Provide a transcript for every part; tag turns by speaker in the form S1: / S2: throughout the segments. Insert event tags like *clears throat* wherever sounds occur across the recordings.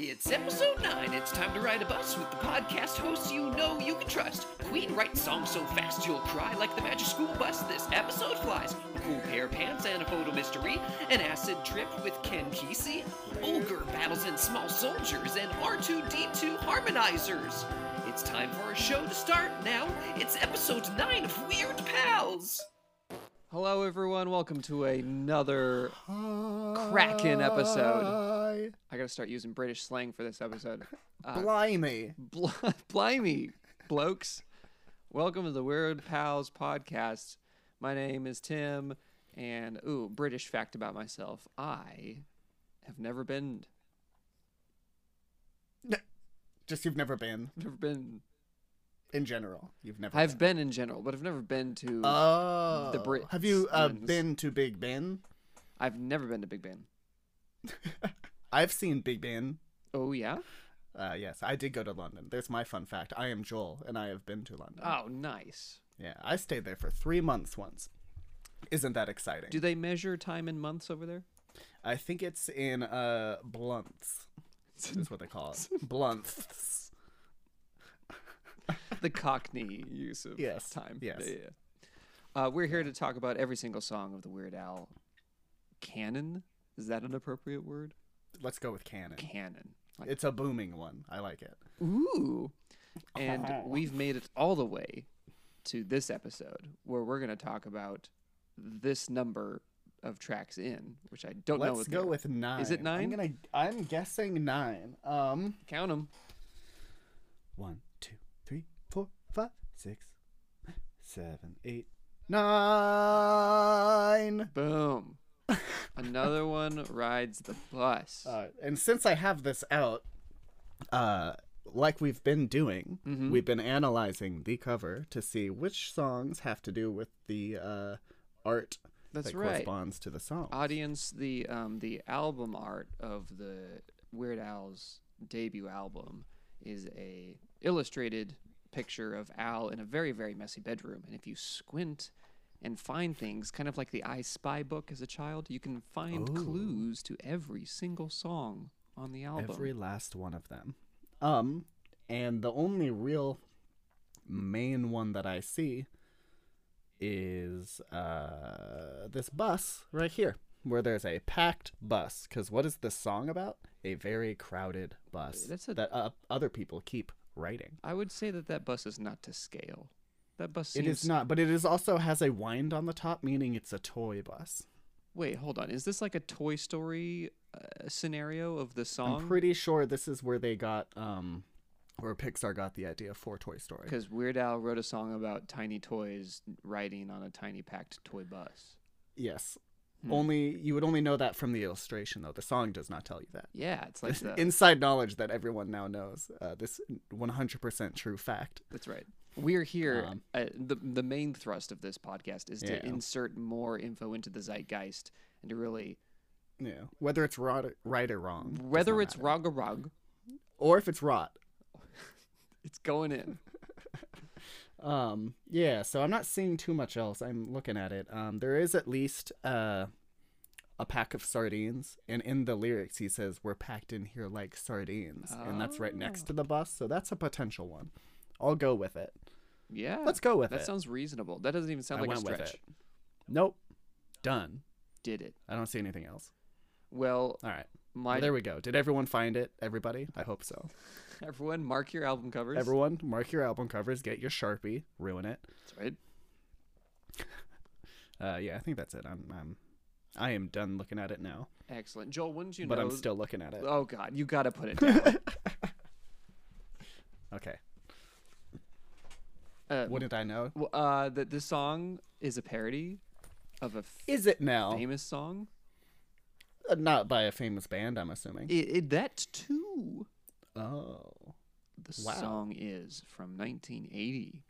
S1: It's episode 9. It's time to ride a bus with the podcast hosts you know you can trust. Queen writes songs so fast you'll cry like the Magic School Bus. This episode flies. A cool pair of pants and a photo mystery. An acid trip with Ken Kesey. Ogre battles in small soldiers and R2D2 harmonizers. It's time for our show to start now. It's episode 9 of Weird Pals.
S2: Hello, everyone. Welcome to another Kraken episode. I gotta start using British slang for this episode. Uh,
S3: Blimey.
S2: bl- *laughs* blimey, blokes. Welcome to the Weird Pals podcast. My name is Tim, and ooh, British fact about myself I have never been,
S3: Just you've never been
S2: never been,
S3: in general. You've never.
S2: I've been in general, but I've never been to,
S3: Oh.
S2: the Brits
S3: Have you uh,
S2: wins.
S3: been to Big Ben?
S2: I've never been to Big Ben.
S3: I've seen Big Ben.
S2: Oh, yeah?
S3: Uh, yes, I did go to London. There's my fun fact. I am Joel, and I have been to London.
S2: Oh, nice.
S3: Yeah, I stayed there for three months once. Isn't that exciting?
S2: Do they measure time in months over there?
S3: I think it's in uh blunts. That's what they
S2: *laughs*
S3: call it. blunts.
S2: *laughs* the Cockney use of
S3: Yes,
S2: time.
S3: yes.
S2: Yeah, yeah. Uh, we're here to talk about every single song of the Weird Al canon. Is that an appropriate word?
S3: Let's go with canon.
S2: Canon. Like,
S3: It's a booming one. I like it.
S2: ooh. And
S3: Oh.
S2: we've made it all the way to this episode where we're going to talk about this number of tracks in, which I don't know.
S3: Let's
S2: what they
S3: go
S2: are.
S3: with nine.
S2: Is it nine?
S3: I'm gonna. I'm guessing nine. Um.
S2: Count them.
S3: One, two, three, four, five, six, seven, eight, nine. *laughs*
S2: Boom. Another one rides the bus.
S3: Uh, and since I have this out, uh, like we've been doing,
S2: Mm-hmm.
S3: we've been analyzing the cover to see which songs have to do with the uh, art
S2: That's
S3: that
S2: right.
S3: corresponds to the song.
S2: audience the um the album art of the Weird Al's debut album is a illustrated picture of Al in a very very messy bedroom and if you squint and find things kind of like the I Spy book as a child you can find clues to every single song on the album
S3: Every last one of them. Um, and the only real main one that I see is uh this bus right here, where there's a packed bus. Because what is this song about? A very crowded bus
S2: That's a-
S3: that uh, other people keep writing.
S2: I would say that that bus is not to scale that bus seems
S3: It is not, but it is also has a wind on the top, meaning it's a toy bus.
S2: wait hold on is this like a Toy Story uh, scenario of the song
S3: I'm pretty sure this is where they got um, where Pixar got the idea for Toy Story.
S2: Because Weird Al wrote a song about tiny toys riding on a tiny packed toy bus.
S3: Yes.
S2: Hmm.
S3: Only you would only know that from the illustration, though. The song does not tell you that.
S2: Yeah, it's like the,
S3: Inside knowledge that everyone now knows. Uh, this 100% true fact.
S2: that's right. We're here.
S3: Um,
S2: uh, the the main thrust of this podcast is to
S3: Yeah.
S2: insert more info into the zeitgeist and to really
S3: Yeah. Whether it's rot, right or wrong, does
S2: whether
S3: not
S2: it's
S3: matter.
S2: rog or rog,
S3: or if it's rot.
S2: it's going in.
S3: Um. Yeah. So I'm not seeing too much else. I'm looking at it. Um. There is at least uh, a pack of sardines, and in the lyrics he says, "We're packed in here like sardines," and that's right next
S2: Oh.
S3: to the bus. So that's a potential one. I'll go with it.
S2: Yeah,
S3: Let's go with
S2: That
S3: it.
S2: sounds reasonable. That doesn't even sound
S3: I
S2: like a
S3: went with
S2: stretch.
S3: it. Nope. Done.
S2: Did it?
S3: I don't see anything else.
S2: Well,
S3: All right.
S2: my
S3: Uh, there we go. Did everyone find it? Everybody? I hope so.
S2: everyone mark your album covers.
S3: Everyone, mark your album covers, get your Sharpie, ruin it.
S2: That's right.
S3: Uh, yeah, I think that's it. I'm, I'm I am done looking at it now,
S2: Excellent, Joel. Wouldn't you
S3: but
S2: know?
S3: I'm still looking at it.
S2: Oh God, you got to put it down.
S3: Okay.
S2: Uh,
S3: Wouldn't I know?
S2: Well, uh, that this song is a parody of a
S3: Is it now?
S2: famous song.
S3: Uh, Not by a famous band, I'm assuming.
S2: It, it, that too.
S3: Oh.
S2: The
S3: Wow.
S2: song is from 1980.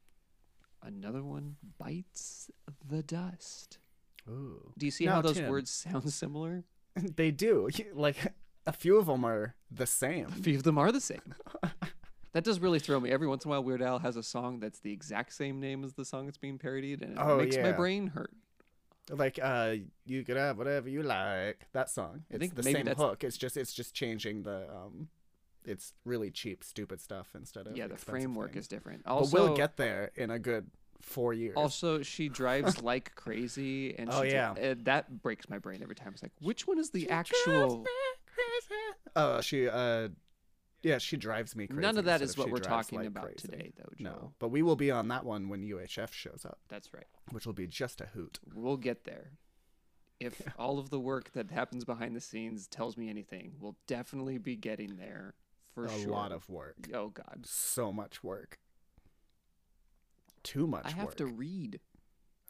S2: Another one bites the dust.
S3: Ooh. *laughs*
S2: Do you see
S3: Now,
S2: how those
S3: Tim.
S2: words sound similar?
S3: they do. *laughs* Like a few of them are the same.
S2: A few of them are the
S3: *laughs*
S2: same. that does really throw me. Every once in a while, Weird Al has a song that's the exact same name as the song that's being parodied, and it
S3: Oh,
S2: makes my
S3: yeah.
S2: brain hurt.
S3: like uh you could have whatever you like that song it's
S2: think
S3: the
S2: maybe
S3: same
S2: that's-
S3: hook it's just it's just changing the um it's really cheap, stupid stuff instead of
S2: yeah, the
S3: expensive
S2: framework
S3: things.
S2: is different.
S3: But
S2: Also,
S3: we'll get there in a good four years.
S2: also she
S3: *laughs*
S2: drives like crazy, and
S3: Oh,
S2: she
S3: yeah.
S2: uh, that breaks my brain every time. It's like, which one is the actual?
S3: Oh, she uh, yeah, she drives me crazy.
S2: None of that
S3: instead
S2: is what
S3: she
S2: we're
S3: drives
S2: talking
S3: like
S2: about
S3: crazy.
S2: today, though, Joel.
S3: No, but we will be on that one when UHF shows up,
S2: That's right.
S3: which will be just a hoot.
S2: We'll get there. If all of the work that happens behind the scenes tells me anything, we'll definitely be getting there for
S3: a
S2: sure.
S3: lot of work,
S2: oh god,
S3: so much work, too much.
S2: I have
S3: work.
S2: to read.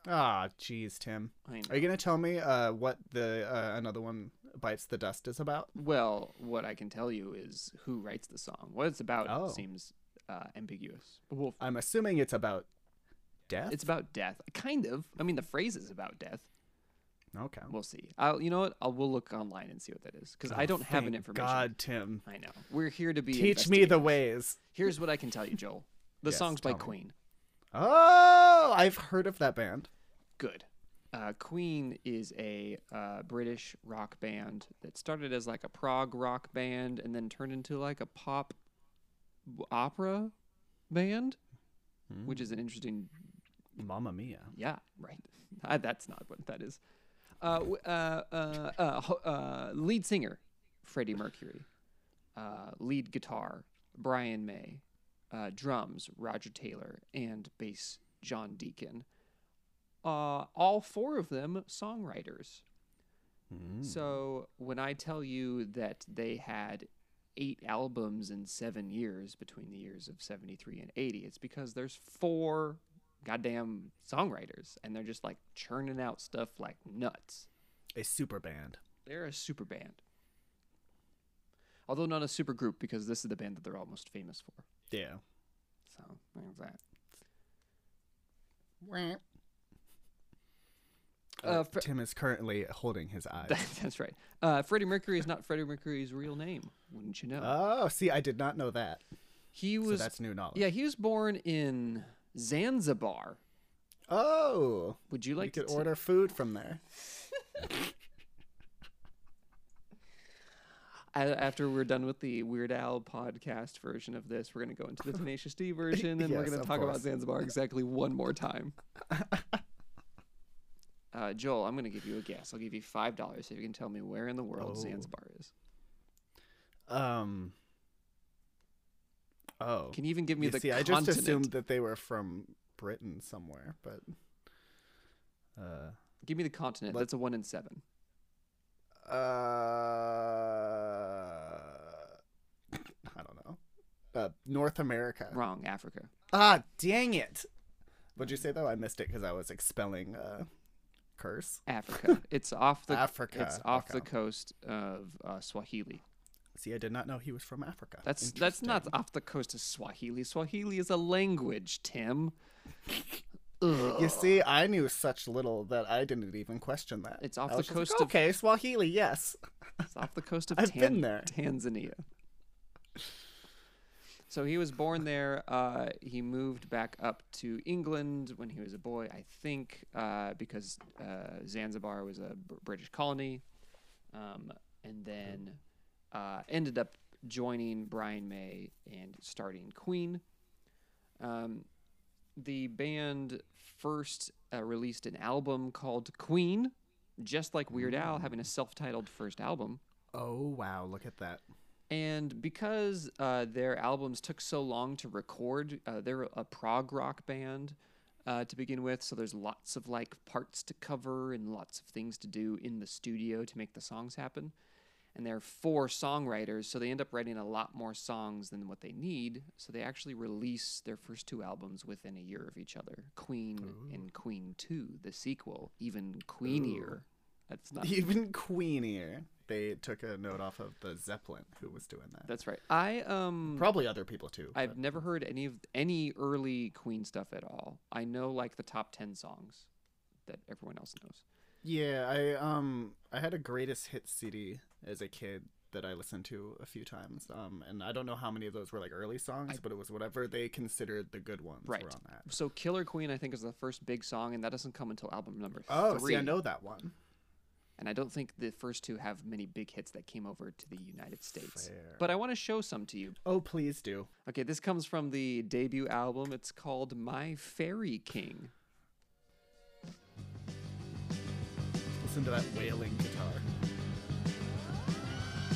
S3: Ah, jeez, Tim.
S2: I know.
S3: Are you gonna tell me uh, what the uh, another one bites the dust is about?
S2: Well, what I can tell you is who writes the song. What it's about
S3: Oh. Uh,
S2: seems uh, ambiguous. But we'll
S3: I'm assuming it's about death.
S2: It's about death, kind of. I mean, the phrase is about death.
S3: okay.
S2: We'll see. I'll, you know what? I'll we'll look online and see what that is because I
S3: Oh,
S2: don't have an
S3: thank
S2: information.
S3: God, Tim,
S2: I know. We're here to be.
S3: teach me the
S2: investigators.
S3: ways.
S2: Here's what I can tell you, Joel. The
S3: Yes,
S2: song's by
S3: tell me.
S2: Queen.
S3: Oh, I've heard of that band.
S2: Good. Uh, Queen is a uh, British rock band that started as like a prog rock band and then turned into like a pop w- opera band, which is an interesting
S3: Mamma Mia.
S2: Yeah, right. *laughs* Uh, That's not what that is. Uh, w- uh, uh, uh, ho- uh, lead singer, Freddie Mercury. Uh, lead guitar, Brian May. Uh, drums, Roger Taylor. And bass, John Deacon. Uh, all four of them songwriters.
S3: Hmm.
S2: So when I tell you that they had eight albums in seven years between the years of 73 and 80, it's because there's four goddamn songwriters and they're just like churning out stuff like nuts.
S3: A super band.
S2: They're a super band. Although not a super group because this is the band that they're almost famous for.
S3: Yeah.
S2: So there's that. *laughs* Uh, Fre-
S3: Tim is currently holding
S2: *laughs*
S3: his eyes.
S2: that- that's right. Uh, Freddie Mercury is not Freddie Mercury's real name, wouldn't you know?
S3: oh, see, I did not know that.
S2: he
S3: So
S2: was
S3: that's new knowledge.
S2: Yeah, he was born in Zanzibar.
S3: Oh,
S2: Would you
S3: we
S2: like to
S3: could
S2: t-
S3: order food from there.
S2: a- after we're done with the Weird Al podcast version of this, we're going to go into the Tenacious
S3: *laughs*
S2: D version and we're
S3: Yes,
S2: going
S3: of
S2: to talk about
S3: course.
S2: Zanzibar exactly one more
S3: *laughs*
S2: time. uh, Joel, I'm going to give you a guess. I'll give you five dollars if you can tell me where in the world
S3: Oh.
S2: Zanzibar is.
S3: Um. Oh.
S2: Can you even give me
S3: You
S2: the
S3: see, I
S2: continent?
S3: just assumed that they were from Britain somewhere, but. Uh.
S2: Give me the continent. That's a one in seven.
S3: Uh. I don't know. Uh, North America.
S2: Wrong. Africa.
S3: Ah, dang it! What'd you say though? I missed it because I was expelling uh, curse. *laughs*
S2: Africa. it's off the
S3: Africa,
S2: It's off the
S3: okay.
S2: coast of uh, Swahili.
S3: See, I did not know he was from Africa.
S2: That's that's not off the coast of Swahili. Swahili is a language, Tim. Ugh.
S3: You see, I knew such little that I didn't even question that.
S2: It's off
S3: I
S2: the
S3: was just like,
S2: coast of-
S3: Okay, Swahili, yes.
S2: It's off the coast of
S3: I've
S2: Tan-
S3: been there.
S2: Tanzania. So he was born there. Uh, he moved back up to England when he was a boy, I think, uh, because uh, Zanzibar was a Br- British colony. Um, and then uh, ended up joining Brian May and starting Queen. Um, the band first uh, released an album called Queen, just like Weird
S3: Mm.
S2: Al having a self titled first album.
S3: Oh wow, look at that.
S2: And because uh, their albums took so long to record, uh, they're a prog rock band uh, to begin with. So there's lots of like parts to cover and lots of things to do in the studio to make the songs happen. And they're four songwriters, so they end up writing a lot more songs than what they need. So they actually release their first two albums within a year of each other Queen and Queen 2, the sequel, even Queenier. That's not
S3: *laughs* Even Queenier, they took a note off of the Zeppelin who was doing that.
S2: That's right. I um
S3: Probably other people too.
S2: I've never heard any of any early Queen stuff at all. I know like the top ten songs that everyone else knows.
S3: Yeah, I um I had a greatest hits CD as a kid that I listened to a few times. Um and I don't know how many of those were like early songs, but it was whatever they considered the good ones
S2: Right.
S3: were on that.
S2: So Killer Queen, I think, is the first big song, and that doesn't come until album number
S3: Oh,
S2: three.
S3: see I know that one.
S2: And I don't think the first two have many big hits that came over to the United States.
S3: Fair.
S2: But I want to show some to you.
S3: Oh, please do.
S2: Okay, this comes from the debut album. It's called My Fairy King.
S3: Listen to that wailing guitar.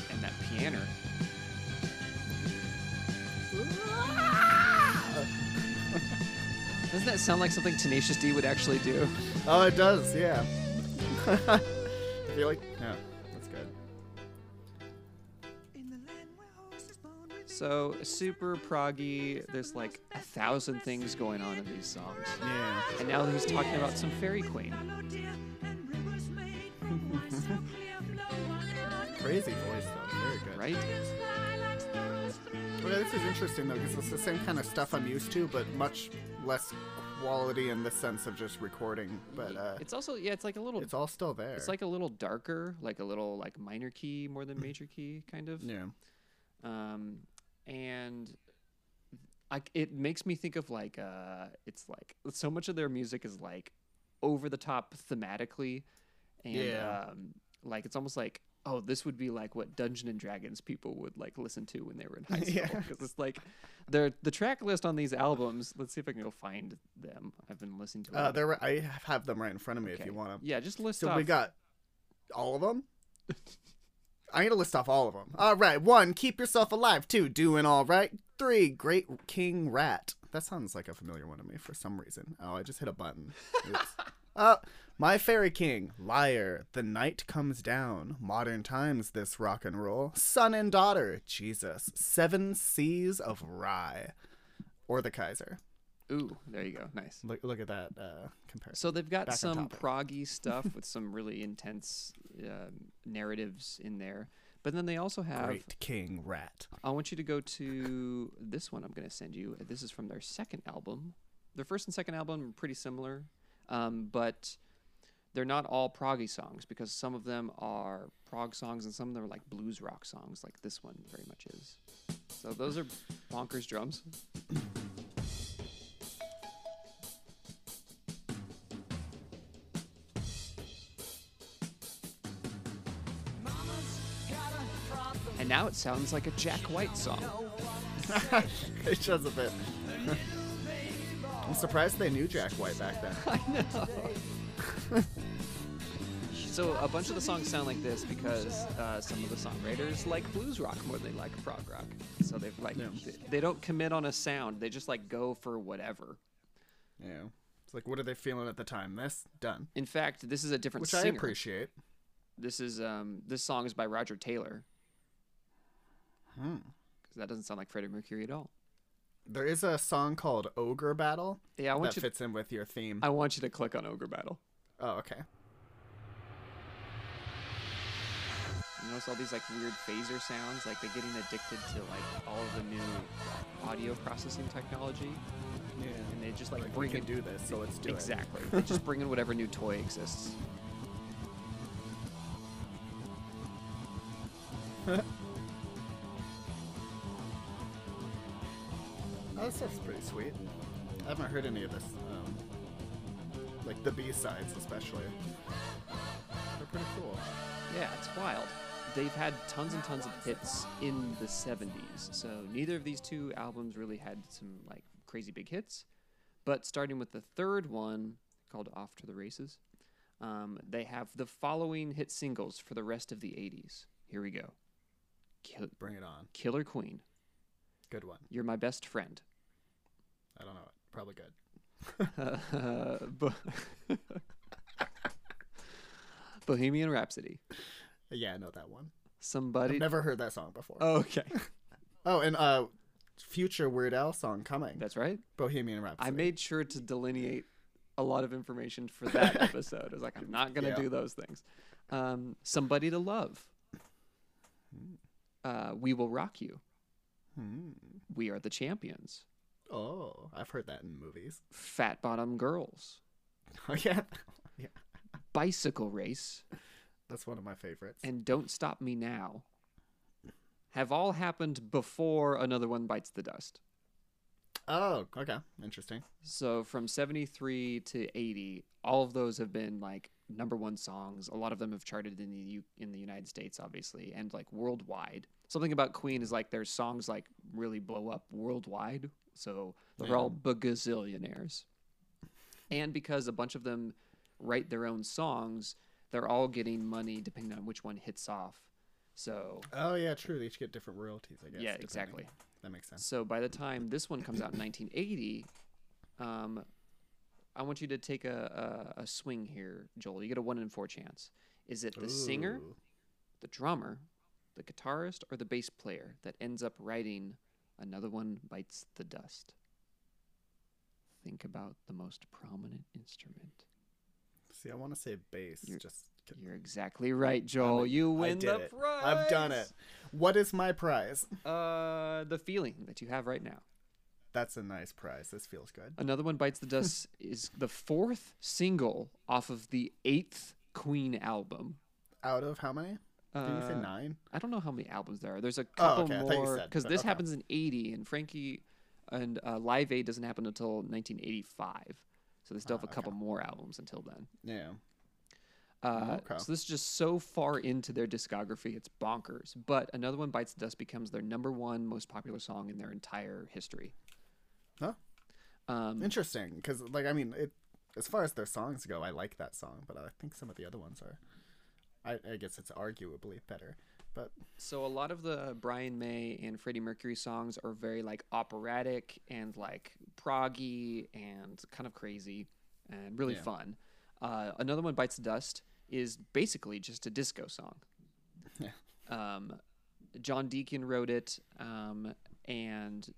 S2: And that piano. *laughs* Doesn't that sound like something Tenacious D would actually do?
S3: Oh, it does, yeah. *laughs* I feel like. Yeah, that's good.
S2: So super proggy. There's like a thousand things going on in these songs.
S3: Yeah.
S2: And now he's talking about some fairy queen.
S4: *laughs*
S3: Crazy voice, though. Very good.
S2: Right?
S3: Well, this is interesting, though, because it's the same kind of stuff I'm used to, but much less quality in the sense of just recording. But uh,
S2: It's also yeah, it's like a little
S3: it's all still there.
S2: it's like a little darker, like a little like minor key more than major key kind of.
S3: Yeah.
S2: um, and I, it makes me think of like uh, it's like so much of their music is like over the top thematically, and
S3: Yeah.
S2: um, like it's almost like oh this would be like what Dungeon and Dragons people would like listen to when they were in
S3: *laughs*
S2: high school
S3: Yeah.
S2: because it's like the the track list on these albums. Let's see if I can go find them. I've been listening to.
S3: Uh,
S2: them.
S3: there were, I have them right in front of me if
S2: Okay.
S3: you want to.
S2: Yeah, just list
S3: So
S2: off.
S3: we got all of *laughs* them. I'm gonna list off all of them. All right, one, keep yourself alive. Two, doing all right. Three, great king rat. That sounds like a familiar one to me for some reason. Oh, I just hit a button. Oops.
S2: *laughs*
S3: uh, my fairy king, liar. The night comes down. Modern times, this rock and roll. Son and daughter, Jesus. Seven seas of rye, or the Kaiser.
S2: Ooh, there you go. Nice.
S3: Look, look at that uh, comparison.
S2: So they've got
S3: back on
S2: some
S3: topic. *laughs*
S2: proggy stuff with some really intense um narratives in there. But then they also have.
S3: Great king rat.
S2: I want you to go to this one I'm going to send you. This is from their second album. Their first and second album are pretty similar, um, but they're not all proggy songs because some of them are prog songs and some of them are like blues rock songs, like this one very much is. So those are bonkers drums. And now it sounds like a Jack White song.
S3: it does a bit. I'm surprised they knew Jack White back then.
S2: *laughs* So a bunch of the songs sound like this because uh, some of the songwriters like blues rock more than they like prog rock. So they've like
S3: Yeah.
S2: th- they don't commit on a sound. They just like go for whatever.
S3: Yeah. It's like, what are they feeling at the time? This done,
S2: In fact, this is a different
S3: which I
S2: singer.
S3: appreciate.
S2: This is um this song is by Roger Taylor.
S3: Hmm.
S2: Because that doesn't sound like Freddie Mercury at all.
S3: There is a song called "Ogre Battle"
S2: Yeah, I want
S3: that
S2: you.
S3: fits in with your theme.
S2: I want you to click on Ogre Battle.
S3: oh, okay.
S2: You notice all these like weird phaser sounds, like they're getting addicted to like all of the new audio processing technology,
S3: Yeah.
S2: and they just like,
S3: Like, we
S2: bring
S3: can
S2: it-
S3: do this, so let's do
S2: exactly. they just bring in whatever new toy exists.
S3: it. Oh, this stuff's pretty sweet. I haven't heard any of this. Um, like the B sides, especially. They're pretty cool.
S2: Yeah, it's wild. They've had tons and tons of hits in the 70s. So neither of these two albums really had some like crazy big hits. But starting with the third one called Off to the Races, um, they have the following hit singles for the rest of the 80s. Here we go Kill-
S3: Bring it on.
S2: Killer Queen,
S3: Good one.
S2: You're My Best Friend.
S3: I don't know. it. Probably good.
S2: Uh, Bo- *laughs* Bohemian Rhapsody.
S3: Yeah, I know that one.
S2: Somebody. Oh,
S3: I've never heard that song before.
S2: okay.
S3: Oh, and uh, future Weird Al song coming,
S2: That's right.
S3: Bohemian Rhapsody.
S2: I made sure to delineate a lot of information for that episode. I was like, I'm not gonna
S3: Yeah.
S2: do those things. Um, Somebody to love. Uh, we will rock you.
S3: Hmm.
S2: We are the champions.
S3: Oh, I've heard that in movies. *laughs*
S2: Fat bottom girls.
S3: Oh yeah, yeah.
S2: Bicycle race
S3: That's one of my favorites.
S2: and don't stop me now. Have all happened before another one bites the dust.
S3: oh, okay, interesting.
S2: So from 73 to 80, all of those have been like number one songs. A lot of them have charted in the U- in the United States, obviously, and like worldwide. Something about Queen is like their songs like really blow up worldwide. So they're all bagazillionaires, and because a bunch of them write their own songs, they're all getting money depending on which one hits off. So
S3: Oh yeah, true. They each get different royalties, I guess.
S2: Yeah,
S3: depending.
S2: exactly.
S3: That makes sense.
S2: So by the time this one comes out in 1980, um, I want you to take a, a, a swing here, Joel. You get a one in four chance. Is it the singer,
S3: Ooh.
S2: the drummer, the guitarist, or the bass player that ends up writing Another One Bites the Dust? Think about the most prominent instrument.
S3: See, I want to say bass.
S2: You're-
S3: just
S2: You're exactly right, Joel. You
S3: I
S2: win
S3: did
S2: the
S3: it.
S2: prize.
S3: I've done it. What is my prize?
S2: Uh, the feeling that you have right now.
S3: That's a nice prize. This feels good.
S2: Another One Bites the
S3: *laughs*
S2: Dust is the fourth single off of the eighth Queen album.
S3: Out of how many? Did you say
S2: Uh,
S3: nine?
S2: I don't know how many albums there are. There's a couple
S3: Oh, okay, I thought you
S2: more
S3: said,
S2: because
S3: but
S2: this
S3: okay.
S2: happens in '80, and Frankie and uh, Live Aid doesn't happen until 1985. So they still
S3: Ah,
S2: have a couple more albums until then.
S3: Yeah.
S2: Uh,
S3: Oh, Okay.
S2: So this is just so far into their discography, it's bonkers. But another one, "Bites the Dust," becomes their number one most popular song in their entire history.
S3: Huh?
S2: Um,
S3: Interesting, because like I mean, it as far as their songs go, I like that song, but I think some of the other ones are. I, I guess it's arguably better, but
S2: So a lot of the Brian May and Freddie Mercury songs are very like operatic and like proggy and kind of crazy and really
S3: Yeah.
S2: fun. Uh, another one, "Bites the Dust," is basically just a disco song.
S3: Yeah. *laughs*
S2: Um, John Deacon wrote it, um, and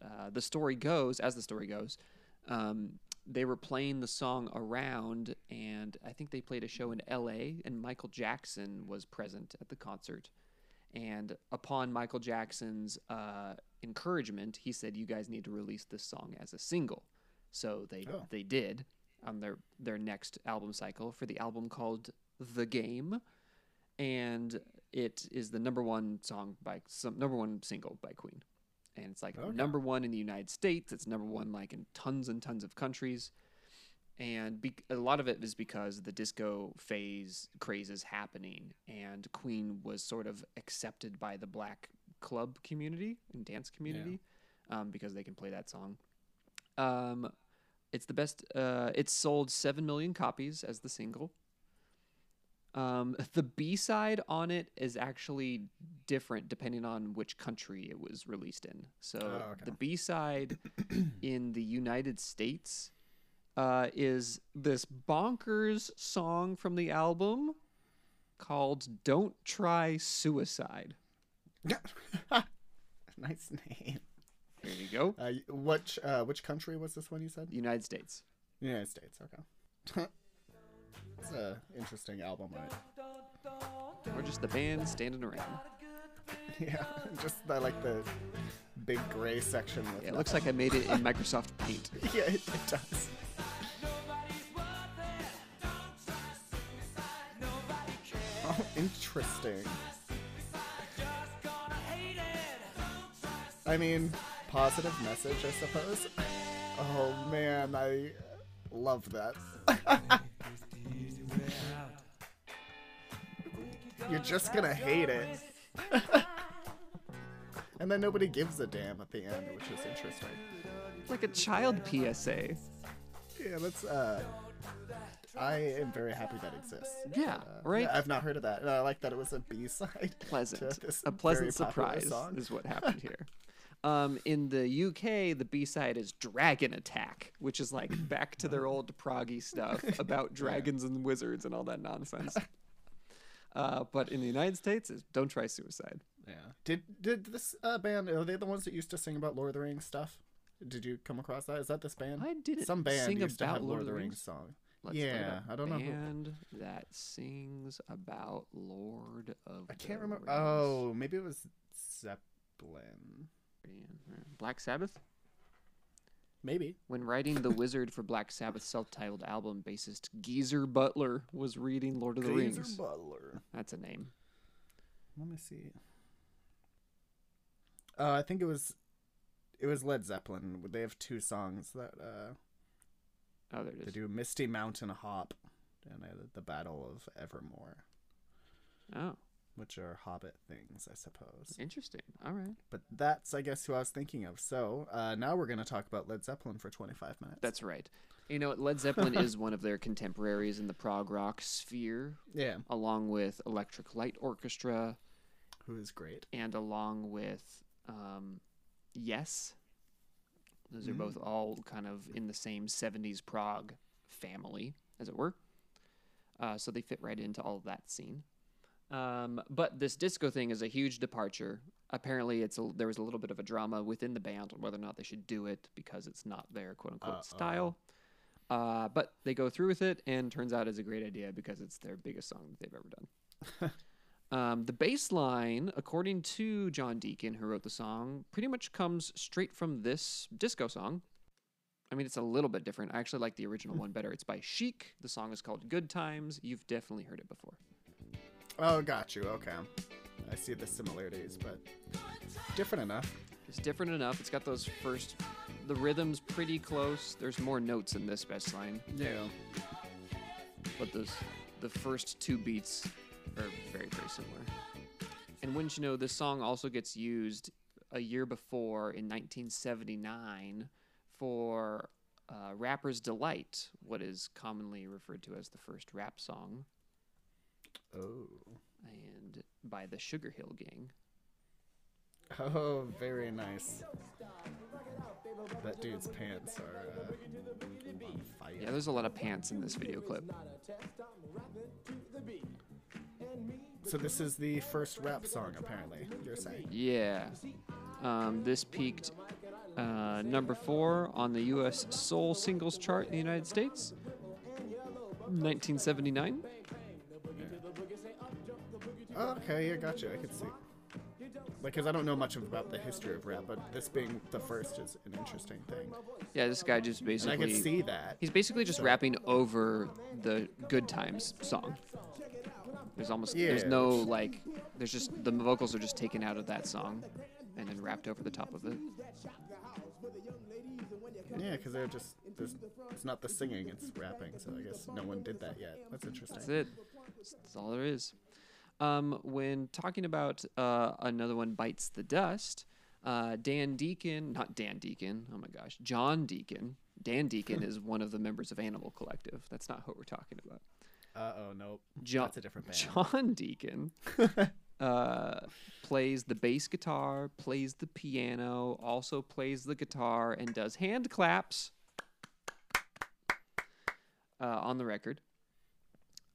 S2: uh, the story goes, as the story goes, um, they were playing the song around, and I think they played a show in L.A. and Michael Jackson was present at the concert. And upon Michael Jackson's uh, encouragement, he said, "You guys need to release this song as a single." So they
S3: Oh.
S2: they did on their their next album cycle for the album called The Game, and it is the number one song by some number one single by Queen and it's like
S3: Okay.
S2: number one in the United States. It's number one like in tons and tons of countries, and be- a lot of it is because the disco phase craze is happening, and Queen was sort of accepted by the black club community and dance community um, because they can play that song. Um, it's the best. Uh, it sold seven million copies as the single. Um, *laughs* the B side on it is actually different depending on which country it was released in. So
S3: Oh, okay.
S2: the B
S3: *clears throat*
S2: side in the United States uh, is this bonkers song from the album called "Don't Try Suicide."
S3: nice name.
S2: There you go,
S3: Uh, y- which uh, which country was this one you said?
S2: United States.
S3: United States. Okay. *laughs* it's a interesting album, right? *laughs*
S2: Or just the band standing around.
S3: Yeah, just I like the big gray section with.
S2: Yeah, it looks like I made it in Microsoft Paint.
S3: nothing. *laughs* Yeah, it, it does. Oh, interesting. I mean, positive message, I suppose. Oh man, I love that. *laughs* You're just gonna hate it. *laughs* and then nobody gives a damn at the end, which is interesting.
S2: like a child PSA.
S3: Yeah, that's uh I am very happy that exists.
S2: Yeah, right?
S3: Yeah, I've not heard of that, and I like that it was a B side. *laughs*
S2: pleasant. A pleasant surprise is what happened here. Um, in the UK, the B side is Dragon Attack, which is
S3: *clears throat*
S2: like back to their old proggy
S3: *laughs*
S2: stuff about dragons and wizards and all that nonsense. Uh, but in the United States, it's Don't Try Suicide.
S3: Yeah. Did did this uh, band? Are they the ones that used to sing about Lord of the Rings stuff? Did you come across that? Is that this band?
S2: I didn't
S3: Some band
S2: sing
S3: used to
S2: about
S3: have
S2: Lord of the Rings.
S3: song.
S2: Let's look
S3: yeah,
S2: up
S3: I don't know. Who,
S2: Band that sings about Lord of
S3: I can't
S2: the
S3: remember.
S2: Rings.
S3: Oh, maybe it was Zeppelin.
S2: Black Sabbath.
S3: Maybe.
S2: When writing The Wizard for Black Sabbath's self-titled album, bassist Geezer Butler was reading Lord of the
S3: Gazer
S2: Rings.
S3: Butler.
S2: That's a name.
S3: Let me see. Uh, I think it was, it was Led Zeppelin. They have two songs that uh,
S2: Oh, there it
S3: they
S2: is.
S3: do: "Misty Mountain Hop" and uh, the Battle of Evermore,
S2: Oh,
S3: which are Hobbit things, I suppose.
S2: interesting. All right.
S3: But that's, I guess, who I was thinking of. So uh, now we're going to talk about Led Zeppelin for 25 minutes.
S2: That's right. You know, Led Zeppelin is one of their contemporaries in the prog rock sphere,
S3: yeah,
S2: along with Electric Light Orchestra
S3: who is great.
S2: and along with um, Yes. Those are both all kind of in the same 70s prog family, as it were. Uh, so they fit right into all of that scene. Um, but this disco thing is a huge departure. Apparently, it's a, there was a little bit of a drama within the band on whether or not they should do it because it's not their quote unquote style. Uh, but they go through with it, and turns out it's a great idea because it's their biggest song that they've ever done. Um, the bass line, according to John Deacon, who wrote the song, pretty much comes straight from this disco song. I mean, it's a little bit different. I actually like the original one better. It's by Chic. The song is called Good Times. You've definitely heard it before.
S3: Oh, got you. Okay. I see the similarities, but different enough.
S2: It's different enough. It's got those first, the rhythm's pretty close. There's more notes in this bass line,
S3: Yeah.
S2: but those, the first two beats are very, very similar. And wouldn't you know, this song also gets used a year before in 1979 for uh, Rapper's Delight, what is commonly referred to as the first rap song,
S3: Oh.
S2: and by the Sugar Hill Gang.
S3: Oh, very nice. That dude's pants are uh, on fire.
S2: Yeah, there's a lot of pants in this video clip.
S3: So this is the first rap song, apparently. You're saying?
S2: Yeah. Um, this peaked uh, number four on the U.S. Soul Singles Chart in the United States, 1979.
S3: Oh, okay, yeah, gotcha. I can see. Like, cause I don't know much about the history of rap, but this being the first is an interesting thing,
S2: Yeah, this guy just
S3: and I can
S2: basically.
S3: see that.
S2: He's basically just rapping over the Good Times song. There's almost there's
S3: Yeah.
S2: no like there's just the vocals are just taken out of that song and then wrapped over the top of it.
S3: Yeah, cause they're just there's, it's not the singing, it's rapping. So I guess no one did that yet. That's
S2: That's
S3: interesting.
S2: it. That's all there is. Um, when talking about uh, another one bites the dust, uh, Dan Deacon, not Dan Deacon, oh my gosh, John Deacon. Dan
S3: *laughs*
S2: Deacon is one of the members of Animal Collective. That's not who we're talking about.
S3: Uh oh, nope.
S2: John,
S3: That's a different band.
S2: John Deacon
S3: *laughs*
S2: uh, plays the bass guitar, plays the piano, also plays the guitar, and does hand claps uh, on the record.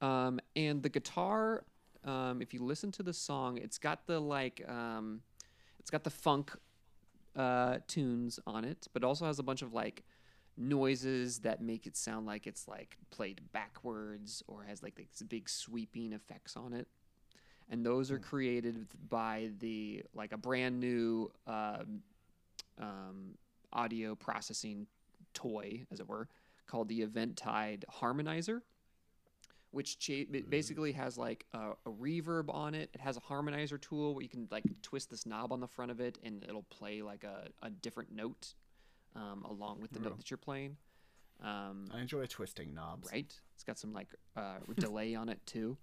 S2: Um, and the guitar, um, if you listen to the song, it's got the like, um, it's got the funk uh, tunes on it, but also has a bunch of like noises that make it sound like it's like played backwards or has like these big sweeping effects on it. And those are created by the like a brand new um, um, audio processing toy, as it were, called the Event Tide Harmonizer, which cha- it basically has like a, a reverb on it. It has a harmonizer tool where you can like twist this knob on the front of it and it'll play like a, a different note um, along with the note that you're playing. Um,
S3: I enjoy twisting knobs.
S2: right? It's got some like uh, delay on it too.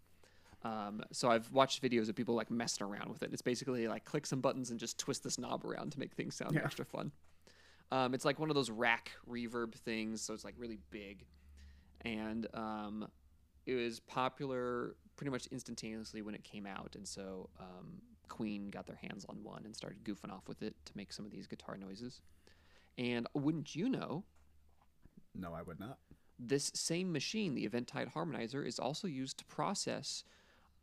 S2: Um, so I've watched videos of people like messing around with it. It's basically like click some buttons and just twist this knob around to make things sound extra fun. Um, it's like one of those rack reverb things, so it's like really big, and um, it was popular pretty much instantaneously when it came out. And so um, Queen got their hands on one and started goofing off with it to make some of these guitar noises. And wouldn't you know,
S3: No, I would not.
S2: this same machine, the Eventide Harmonizer, is also used to process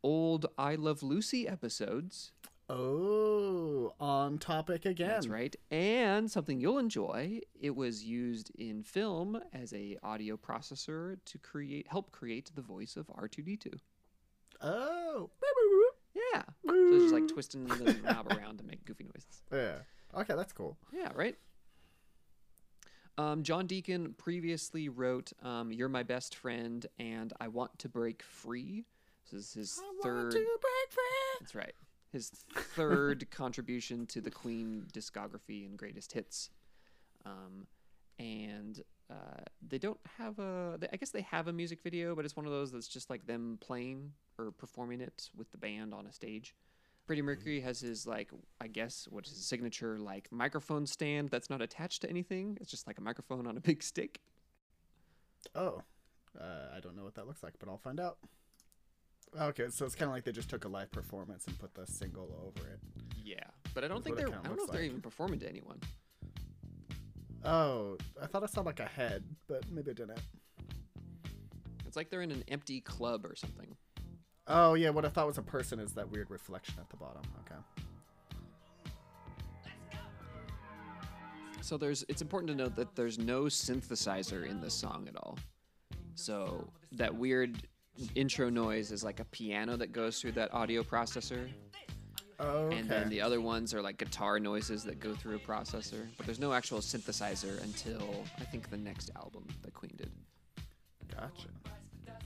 S2: old I Love Lucy episodes.
S3: Oh, on topic again.
S2: That's right. And something you'll enjoy, it was used in film as a audio processor to create help create the voice of R2D2.
S3: Oh.
S2: Yeah. So it's just like twisting the *laughs* knob around to make goofy noises.
S3: Yeah. Okay, that's cool.
S2: Yeah, right? Um, John Deacon previously wrote um, You're My Best Friend and I Want to Break Free. So this is his third That's right. His third contribution to the Queen discography and greatest hits. Um, and uh, they don't have a. They, I guess they have a music video, but it's one of those that's just like them playing or performing it with the band on a stage.
S3: Mm-hmm.
S2: Freddie Mercury has his like, I guess what is his signature like microphone stand that's not attached to anything. It's just like a microphone on a big stick.
S3: Oh, uh, I don't know what that looks like, but I'll find out. Oh, Okay, so it's kind of like they just took a live performance and put the single over it.
S2: Yeah, but I don't think
S3: That's what
S2: they're.
S3: it kinda
S2: I don't know
S3: looks
S2: if they're
S3: like.
S2: even performing to anyone.
S3: Oh, I thought I saw like a head, but maybe it didn't.
S2: It's like they're in an empty club or something.
S3: Oh yeah, what I thought was a person is that weird reflection at the bottom. Okay.
S2: So there's it's important to note that there's no synthesizer in this song at all. So that weird intro noise is like a piano that goes through that audio processor
S3: Okay.
S2: and then the other ones are like guitar noises that go through a processor, but there's no actual synthesizer until I think the next album that Queen did.
S3: Gotcha.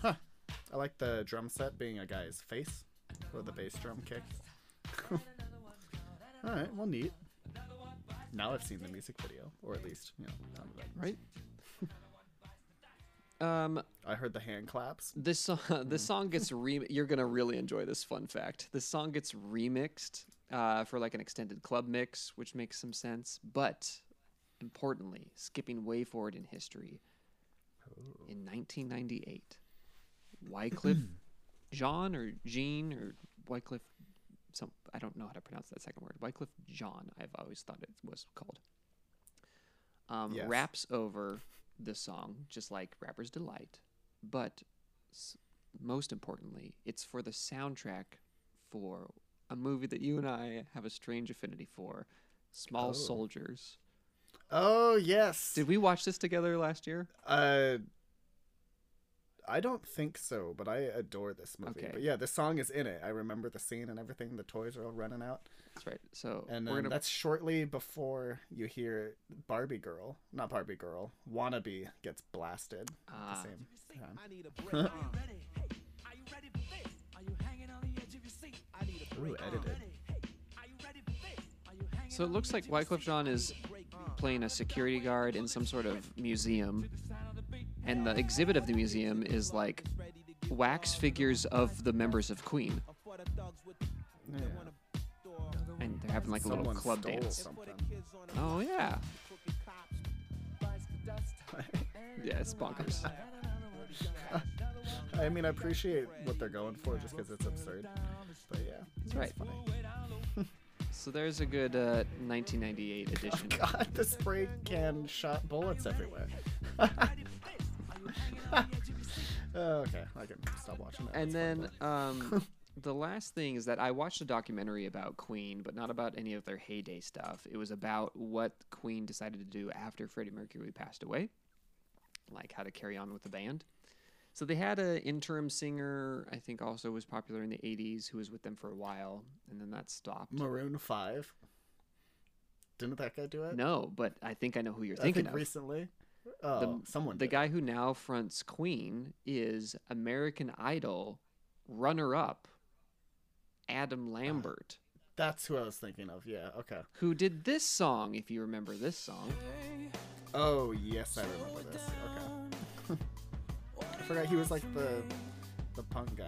S3: Huh. I like the drum set being a guy's face or the bass drum kick. *laughs* All right, well, neat. Now I've seen the music video, or at least, you know, some of it.
S2: Right? um
S3: I heard the hand claps.
S2: *laughs* this song this song gets re- you're gonna really enjoy this fun fact this song gets remixed uh, for like an extended club mix which makes some sense but importantly skipping way forward in history in 1998 wycliffe john or jean or wycliffe some i don't know how to pronounce that second word wycliffe john i've always thought it was called um,
S3: Yes.
S2: raps over the song just like rapper's delight but s- most importantly, it's for the soundtrack for a movie that you and I have a strange affinity for, Small Soldiers.
S3: Oh, yes.
S2: Did we watch this together last year?
S3: uh, I don't think so, but I adore this movie.
S2: Okay.
S3: But yeah, the song is in it. I remember the scene and everything. The toys are all running out.
S2: That's right. So
S3: And
S2: we're
S3: then
S2: gonna
S3: that's shortly before you hear Barbie Girl, not Barbie Girl, Wannabe gets blasted at
S2: Ah.
S3: the same time.
S4: I need a break. Are you ready? Hey, are you ready for this? Are you hanging on the edge of your seat? I need a break.
S3: Ooh,
S2: oh,
S3: edited.
S4: Hey, are you ready for this? Are you hanging
S2: So it
S4: on
S2: looks
S4: the
S2: like
S4: edge of your
S2: Wycliffe
S4: seat?
S2: Jean
S4: I
S2: is
S4: need a break. Uh,
S2: playing a security guard in some sort of museum, and the exhibit of the museum is like wax figures of the members of Queen,
S4: for the thugs with the
S3: Yeah.
S2: and they're having like a little
S3: Someone
S2: club
S3: stole
S2: dance.
S3: something.
S4: kids on
S2: Oh *laughs* yeah,
S4: crooked cops. Bites the dust.
S2: yeah, it's bonkers.
S3: I mean, I appreciate what they're going for just because it's absurd. But yeah,
S2: That's right.
S3: funny.
S2: So there's a good uh, 1998 edition. of
S3: God, the spray can shot bullets everywhere. *laughs* Oh, okay, I can stop watching that.
S2: and
S3: It's
S2: then
S3: *laughs*
S2: um, the last thing is that I watched a documentary about Queen, but not about any of their heyday stuff. It was about what Queen decided to do after Freddie Mercury passed away, like how to carry on with the band. So they had an interim singer, I think also was popular in the 80s, who was with them for a while, and then that stopped.
S3: Maroon Five. Didn't that guy do it?
S2: No, but I think I know who you're
S3: I
S2: thinking
S3: think
S2: of.
S3: recently. Oh, someone.
S2: the
S3: did.
S2: guy who now fronts Queen is American Idol runner up Adam
S3: Ah.
S2: Lambert,
S3: That's who I was thinking of. Yeah. Okay.
S2: who did this song, if you remember this song.
S3: Oh yes, I remember this. Okay. *laughs* I forgot he was like the the punk guy.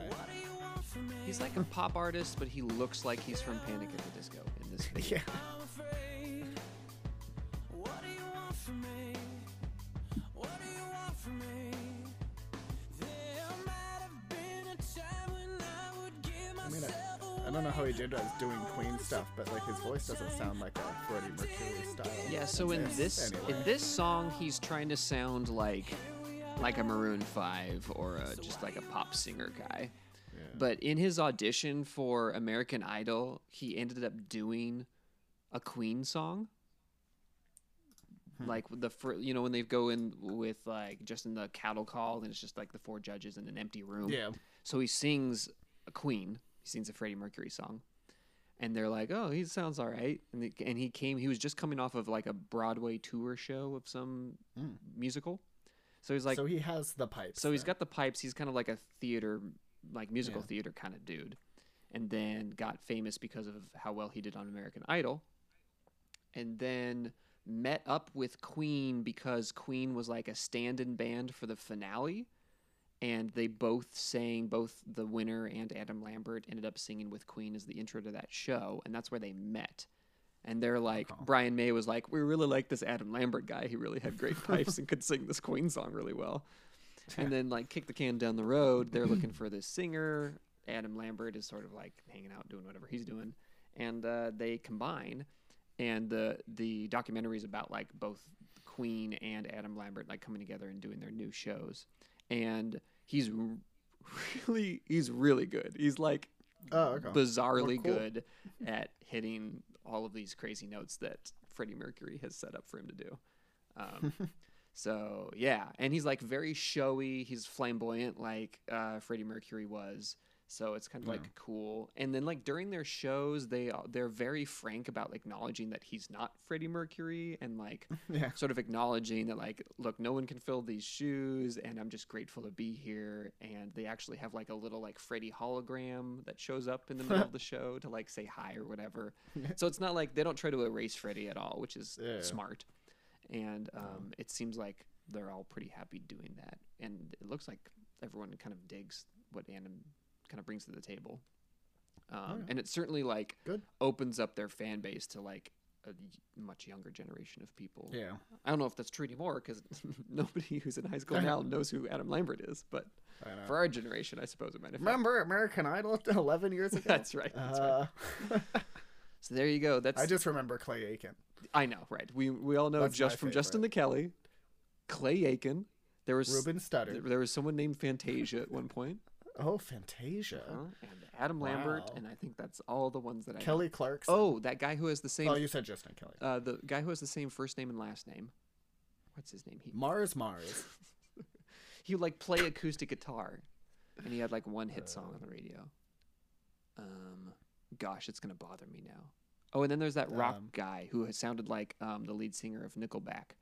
S3: *laughs*
S2: He's like a pop artist, but he looks like he's from Panic at the Disco in
S3: *laughs*
S2: this video.
S3: Yeah. I mean, I, I don't know how he did it doing Queen stuff, but like his voice doesn't sound like a Freddie Mercury style.
S2: Yeah, so in this in this song he's trying to sound like like a Maroon 5 or a, just like a pop singer guy. But in his audition for American Idol, he ended up doing a Queen song. Like with the fir- you know when they go in with like just in the cattle call and it's just like the four judges in an empty room.
S3: Yeah.
S2: So he sings a Queen. He sings a Freddie Mercury song, and they're like, "Oh, he sounds all right." And they, and he came. He was just coming off of like a Broadway tour show of some musical. So he's like,
S3: so he has the pipes.
S2: so he's
S3: then.
S2: got the pipes. He's kind of like a theater, like musical theater kind of dude, and then got famous because of how well he did on American Idol, and then met up with Queen because Queen was like a stand-in band for the finale, and they both sang. Both the winner and Adam Lambert ended up singing with Queen as the intro to that show, and that's where they met. And they're like, Brian May was like, we really like this Adam Lambert guy. He really had great *laughs* pipes and could sing this Queen song really well. *laughs* And then like kick the can down the road. They're looking for this singer. Adam Lambert is sort of like hanging out, doing whatever he's doing, and uh, they combine. And the the documentary is about like both Queen and Adam Lambert like coming together and doing their new shows. And he's r- *laughs* really he's really good. He's like
S3: Oh, okay.
S2: bizarrely
S3: cool.
S2: good at hitting all of these crazy notes that Freddie Mercury has set up for him to do.
S3: *laughs*
S2: Um, so yeah, and he's like very showy. He's flamboyant, like uh, Freddie Mercury was. So it's kind of like cool. And then like during their shows, they they're very frank about acknowledging that he's not Freddie Mercury and
S3: *laughs*
S2: like
S3: *laughs* Yeah.
S2: sort of acknowledging that like look no one can fill these shoes and i'm just grateful to be here and they actually have like a little like freddy hologram that shows up in the middle of
S3: *laughs*
S2: the show to like say hi or whatever so it's not like they don't try to erase freddy at all which is
S3: Yeah.
S2: smart and um, it seems like they're all pretty happy doing that and it looks like everyone kind of digs what Adam kind of brings to the table um, and it certainly like
S3: Good.
S2: opens up their fan base to like a y- much younger generation of people
S3: Yeah.
S2: I don't know if that's true anymore because *laughs* nobody who's in high school now knows who Adam Lambert is. But
S3: I know.
S2: for our generation, I suppose it might have.
S3: Remember American Idol *laughs* 11 years ago?
S2: *laughs* That's right. That's right.
S3: Uh,
S2: So there you go. That's
S3: *laughs* I just remember Clay Aiken.
S2: I know, right? We we all know
S3: That's my
S2: just from Justin to Kelly, Clay Aiken. There was
S3: Ruben
S2: there,
S3: Studdard.
S2: there was someone named Fantasia at one
S3: *laughs*
S2: point,
S3: Oh, Fantasia.
S2: huh? and Adam Lambert,
S3: Wow.
S2: and I think that's all the ones that I know.
S3: Kelly Clarkson.
S2: Oh, that guy who has the same
S3: Oh, you said Justin Kelly.
S2: uh, the guy who has the same first name and last name. What's his name? He
S3: Mars Mars.
S2: he would like play acoustic guitar and he had like one hit song
S3: Uh.
S2: on the radio um gosh it's gonna bother me now oh and then there's that rock
S3: Um,
S2: guy who has sounded like um the lead singer of nickelback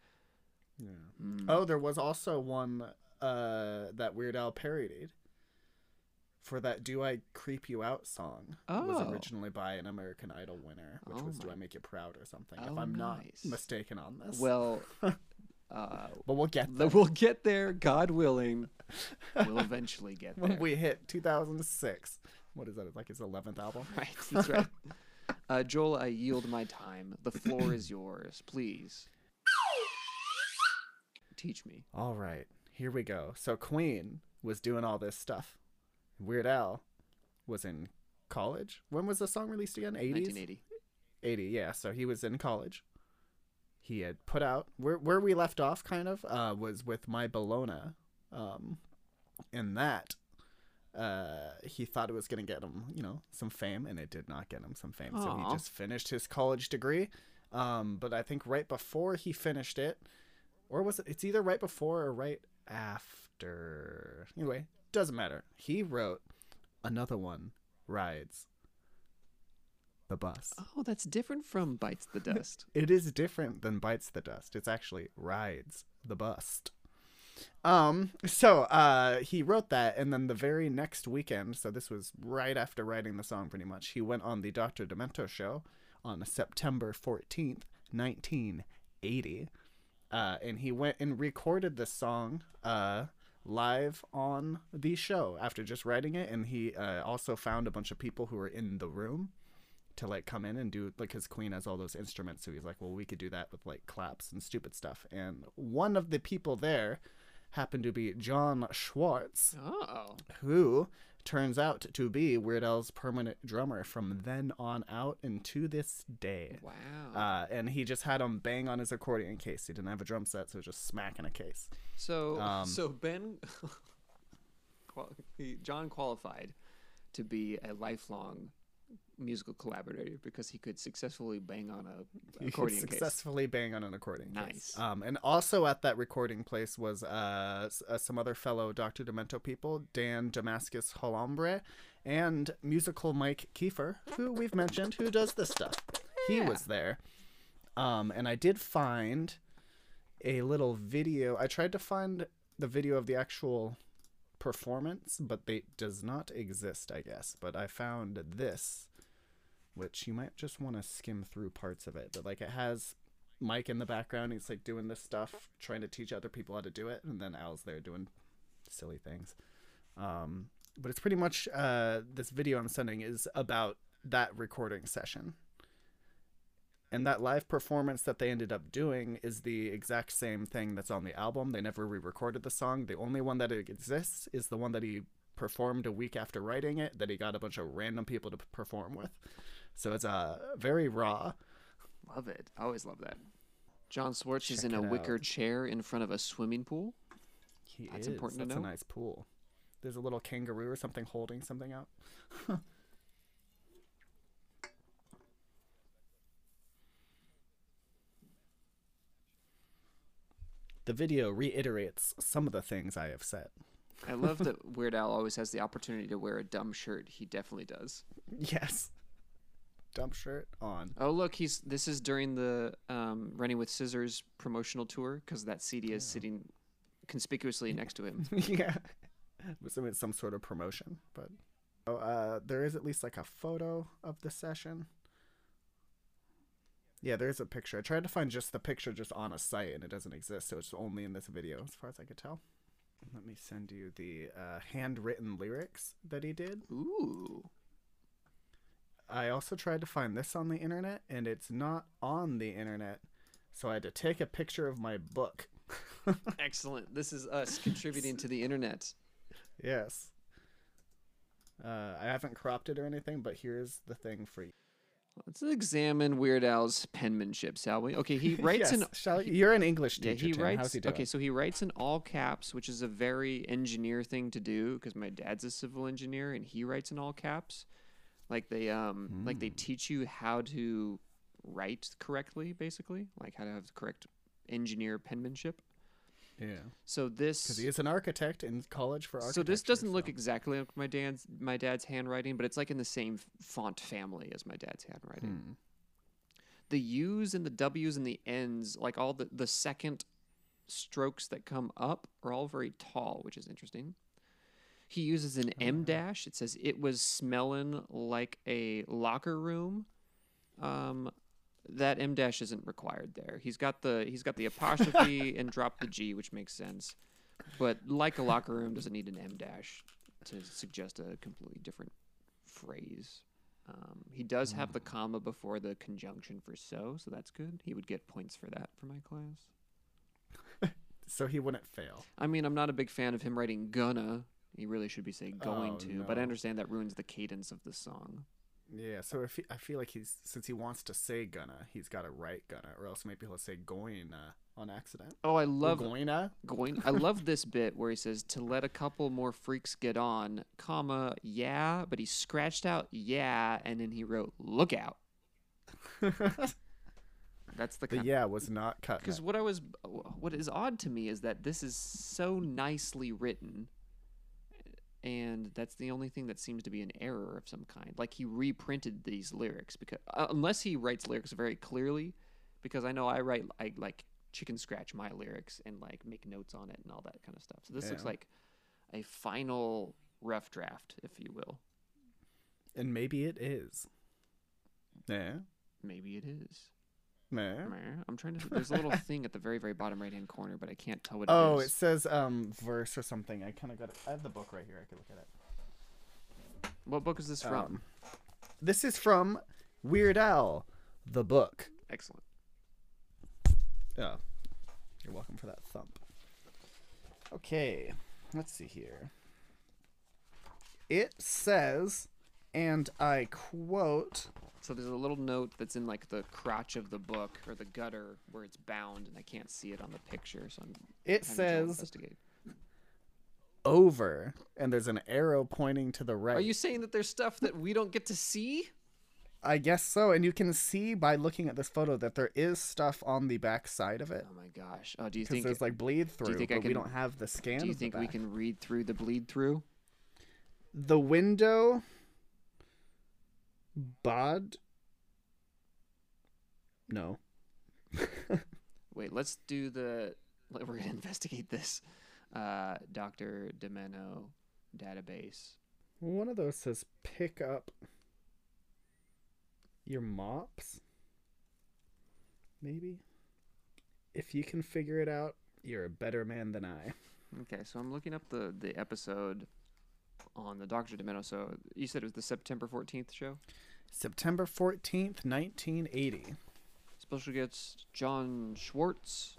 S3: Yeah.
S2: Mm.
S3: Oh, there was also one uh, that Weird Al parodied for that "Do I Creep You Out" song. It was
S2: Oh.
S3: originally by an American Idol winner, which
S2: Oh
S3: was "Do
S2: my-
S3: I Make You Proud" or something.
S2: Oh,
S3: if I'm
S2: nice.
S3: not mistaken on this.
S2: well *laughs* uh
S3: but we'll get
S2: th-
S3: there
S2: we'll get there god willing we'll eventually get there
S3: *laughs* when we hit 2006. What is that? Like his 11th album?
S2: *laughs* right that's right uh joel i yield my time the floor
S3: *clears throat*
S2: is yours please teach me
S3: All right, here we go. So Queen was doing all this stuff. Weird Al was in college. When was the song released again? 80s.
S2: 1980
S3: 80 yeah so he was in college he had put out where, where we left off kind of uh, was with my bologna um, and that uh, he thought it was going to get him you know some fame and it did not get him some fame so
S2: Aw.
S3: he just finished his college degree um, but i think right before he finished it or was it it's either right before or right after anyway doesn't matter he wrote another one rides the bus
S2: Oh, that's different from Bites the Dust.
S3: it is different than bites the dust. It's actually rides the bust. Um, so uh, he wrote that, and then the very next weekend, so this was right after writing the song, pretty much. He went on the Dr. Demento show on September fourteenth, nineteen eighty, uh, and he went and recorded the song uh, live on the show after just writing it, and he uh, also found a bunch of people who were in the room to like come in and do like his queen has all those instruments so he's like well we could do that with like claps and stupid stuff and one of the people there happened to be john schwartz
S2: Oh.
S3: who turns out to be weird al's permanent drummer from then on out and to this day
S2: Wow.
S3: uh, and he just had him bang on his accordion case he didn't have a drum set so he was just smacking a case
S2: so
S3: um,
S2: so Ben *laughs* qual- he- John qualified to be a lifelong musical collaborator because he could successfully bang on a
S3: *laughs* he
S2: accordion
S3: could
S2: case.
S3: successfully bang on an accordion case.
S2: Nice.
S3: Um, and also at that recording place was uh, s- uh, some other fellow Dr. Demento people, Dan Damascus Holombre, and musical Mike Kiefer, who we've mentioned, who does this stuff. He was there. Um, and I did find a little video. I tried to find the video of the actual performance, but they does not exist, I guess. But I found this, which you might just want to skim through parts of it. But like it has Mike in the background. He's like doing this stuff, trying to teach other people how to do it, and then Al's there doing silly things. Um, but it's pretty much uh, this video I'm sending is about that recording session. And that live performance that they ended up doing is the exact same thing that's on the album. They never re recorded the song. The only one that exists is the one that he performed a week after writing it, that he got a bunch of random people to perform with. So it's uh, very raw.
S2: Love it. I always love that. John Swartz is
S3: Check
S2: in a
S3: it
S2: wicker
S3: out.
S2: chair in front of a swimming pool.
S3: He
S2: That's
S3: is.
S2: important to
S3: That's
S2: know.
S3: a nice pool. There's a little kangaroo or something holding something out. *laughs* the video reiterates some of the things I have said. *laughs*
S2: I love that Weird Al always has the opportunity to wear a dumb shirt. He definitely does.
S3: Yes. Dump shirt on.
S2: Oh look, he's this is during the um, Running with Scissors promotional tour because that CD is sitting conspicuously next to him.
S3: yeah. I'm assuming it's some sort of promotion, but oh, uh, there is at least like a photo of the session. Yeah, there is a picture. I tried to find just the picture just on a site, and it doesn't exist, so it's only in this video, as far as I could tell. Let me send you the uh, handwritten lyrics that he did.
S2: Ooh,
S3: I also tried to find this on the internet, and it's not on the internet, so I had to take a picture of my book. *laughs*
S2: excellent! This is us contributing to the internet.
S3: Yes. Uh, I haven't cropped it or anything, but here's the thing for you.
S2: Let's examine Weird Al's penmanship, shall we? Okay, he writes
S3: *laughs* yes,
S2: in
S3: shall- you're an English
S2: Yeah,
S3: teacher.
S2: he
S3: Tim.
S2: writes.
S3: How's he doing?
S2: Okay, so he writes in all caps, which is a very engineer thing to do because my dad's a civil engineer and he writes in all caps. Like they um like
S3: Hmm.
S2: they teach you how to write correctly, basically, like how to have the correct engineer penmanship.
S3: yeah,
S2: So this
S3: because he is an architect in college for architecture.
S2: so this doesn't look
S3: so-
S2: exactly like my dad's my dad's handwriting, but it's like in the same f- font family as my dad's handwriting.
S3: Hmm.
S2: The U's and the W's and the N's, like all the the second strokes that come up, are all very tall, which is interesting. He uses an M
S3: Oh.
S2: dash. It says it was smelling like a locker room. Um, that M dash isn't required there. He's got the he's
S3: *laughs*
S2: got the apostrophe and drop the G, which makes sense. But like a locker room doesn't need an M dash to suggest a completely different phrase. Um, he does have
S3: Hmm.
S2: the comma before the conjunction for so, so that's good. He would get points for that for my class.
S3: So he wouldn't fail.
S2: I mean, I'm not a big fan of him writing gonna. He really should be saying going
S3: Oh,
S2: to, but I
S3: no.
S2: understand that ruins the cadence of the song.
S3: Yeah. So if he, I feel like he's since he wants to say gonna, he's got to write gonna, or else maybe he'll say going uh, on accident.
S2: Oh, I love
S3: Goina.
S2: going i love this bit where he says to let a couple more freaks get on comma yeah but he scratched out yeah and then he wrote look out that's the
S3: The
S2: kind
S3: yeah was not cut.
S2: because what i was what is odd to me is that this is so nicely written and that's the only thing that seems to be an error of some kind like he reprinted these lyrics because uh, unless he writes lyrics very clearly because i know i write i like chicken scratch my lyrics and like make notes on it and all that kind of stuff so this looks
S3: Yeah.
S2: like a final rough draft if you will
S3: And maybe it is. Yeah.
S2: maybe it is
S3: Yeah.
S2: Meh. i'm trying to there's a
S3: *laughs*
S2: little thing at the very very bottom right hand corner but i can't tell what
S3: Oh,
S2: it
S3: it
S2: is
S3: says um verse or something. I kind of got. It. I have the book right here. I could look at it.
S2: what book is this from
S3: Um, This is from Weird Al, the book.
S2: excellent
S3: Oh, you're welcome for that thump. Okay, let's see here. It says, and I quote,
S2: So there's a little note that's in like the crotch of the book or the gutter where it's bound, and I can't see it on the picture. So I'm having
S3: it
S2: John
S3: says
S2: investigate.
S3: over, and there's an arrow pointing to the right.
S2: Are you saying that there's stuff that we don't get to see?
S3: I guess so, and you can see by looking at this photo that there is stuff on the back side of it.
S2: Oh my gosh! Oh, do you
S3: Because
S2: think
S3: there's like bleed through,
S2: think I
S3: but we
S2: can-
S3: don't have the scan.
S2: do you
S3: of the
S2: think we
S3: back.
S2: can read through the bleed through?
S3: the window bod no
S2: Wait, let's do the. let- We're gonna *laughs* investigate this, uh, Doctor Demeno database.
S3: one of those says pick up your mops maybe If you can figure it out, you're a better man than I.
S2: Okay, so I'm looking up the the episode on the Doctor Domino. So you said it was the September 14th show.
S3: September 14th, 1980.
S2: Special guests John Schwartz,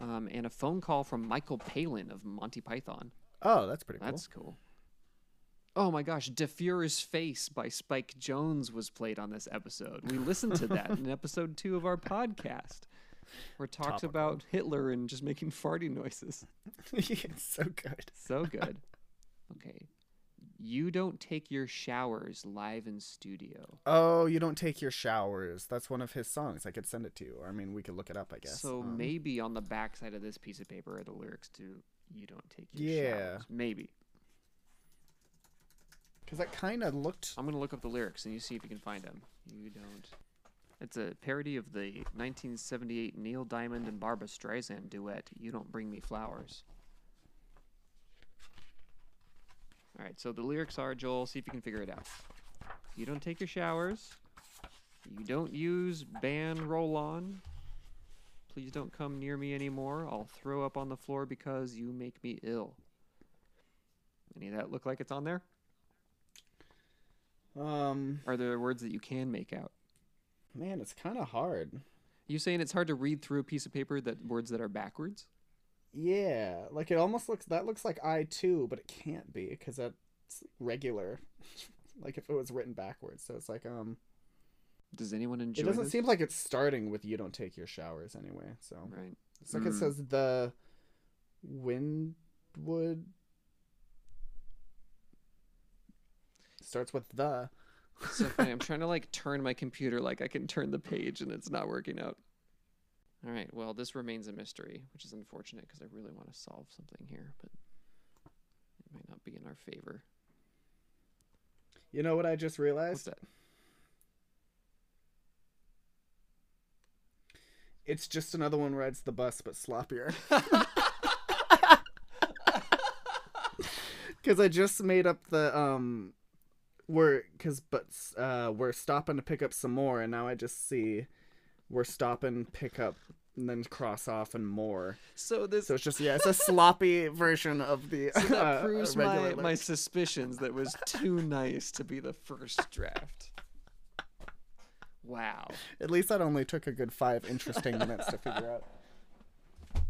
S2: um, and a phone call from Michael Palin of Monty Python.
S3: Oh, that's pretty cool.
S2: That's cool. Oh my gosh, DeFuhrer's Face by Spike Jones was played on this episode. We listened to that
S3: *laughs*
S2: in episode two of our podcast, where it talks
S3: Topical.
S2: about Hitler and just making farting noises.
S3: *laughs* it's so good.
S2: So
S3: *laughs*
S2: good. okay. You don't take your showers live in studio.
S3: Oh, you don't take your showers. That's one of his songs. I could send it to you. Or, I mean, we could look it up, I guess.
S2: so
S3: Um,
S2: maybe on the backside of this piece of paper are the lyrics to You Don't Take Your
S3: Yeah.
S2: Showers. Maybe.
S3: Because that kind of looked.
S2: I'm gonna look up the lyrics and you see if you can find them. You don't. It's a parody of the 1978 Neil Diamond and Barbra Streisand duet "You Don't Bring Me Flowers." All right, so the lyrics are Joel. See if you can figure it out. You don't take your showers. You don't use ban roll on. Please don't come near me anymore. I'll throw up on the floor because you make me ill. Any of that look like it's on there?
S3: Um,
S2: Are there words that you can make out?
S3: man, it's kind of hard.
S2: You saying it's hard to read through a piece of paper that words that are backwards?
S3: Yeah, like it almost looks that looks like I too, but it can't be because that's regular. *laughs* like if it was written backwards, so it's like um,
S2: Does anyone enjoy
S3: it doesn't
S2: this?
S3: seem like it's starting with "you don't take your showers" anyway. So
S2: right.
S3: it's like it
S2: Mm.
S3: says the Windwood starts with the.
S2: So funny. I'm trying to like turn my computer like I can turn the page and it's not working out. All right. Well, this remains a mystery, which is unfortunate because I really want to solve something here, but it might not be in our favor.
S3: You know what I just
S2: What's
S3: realized?
S2: that?
S3: It's just another one rides the bus,
S2: *laughs*
S3: but sloppier. Because I just made up the um, we're because but uh, we're stopping to pick up some more, and now I just see we're stopping, pick up, and then cross off and more.
S2: So this
S3: So it's just yeah, it's a sloppy version of the
S2: so *laughs* that
S3: uh,
S2: proves my,
S3: regular
S2: my
S3: lyrics.
S2: suspicions that was too nice to be the first draft. Wow.
S3: At least that only took a good five interesting minutes to figure out.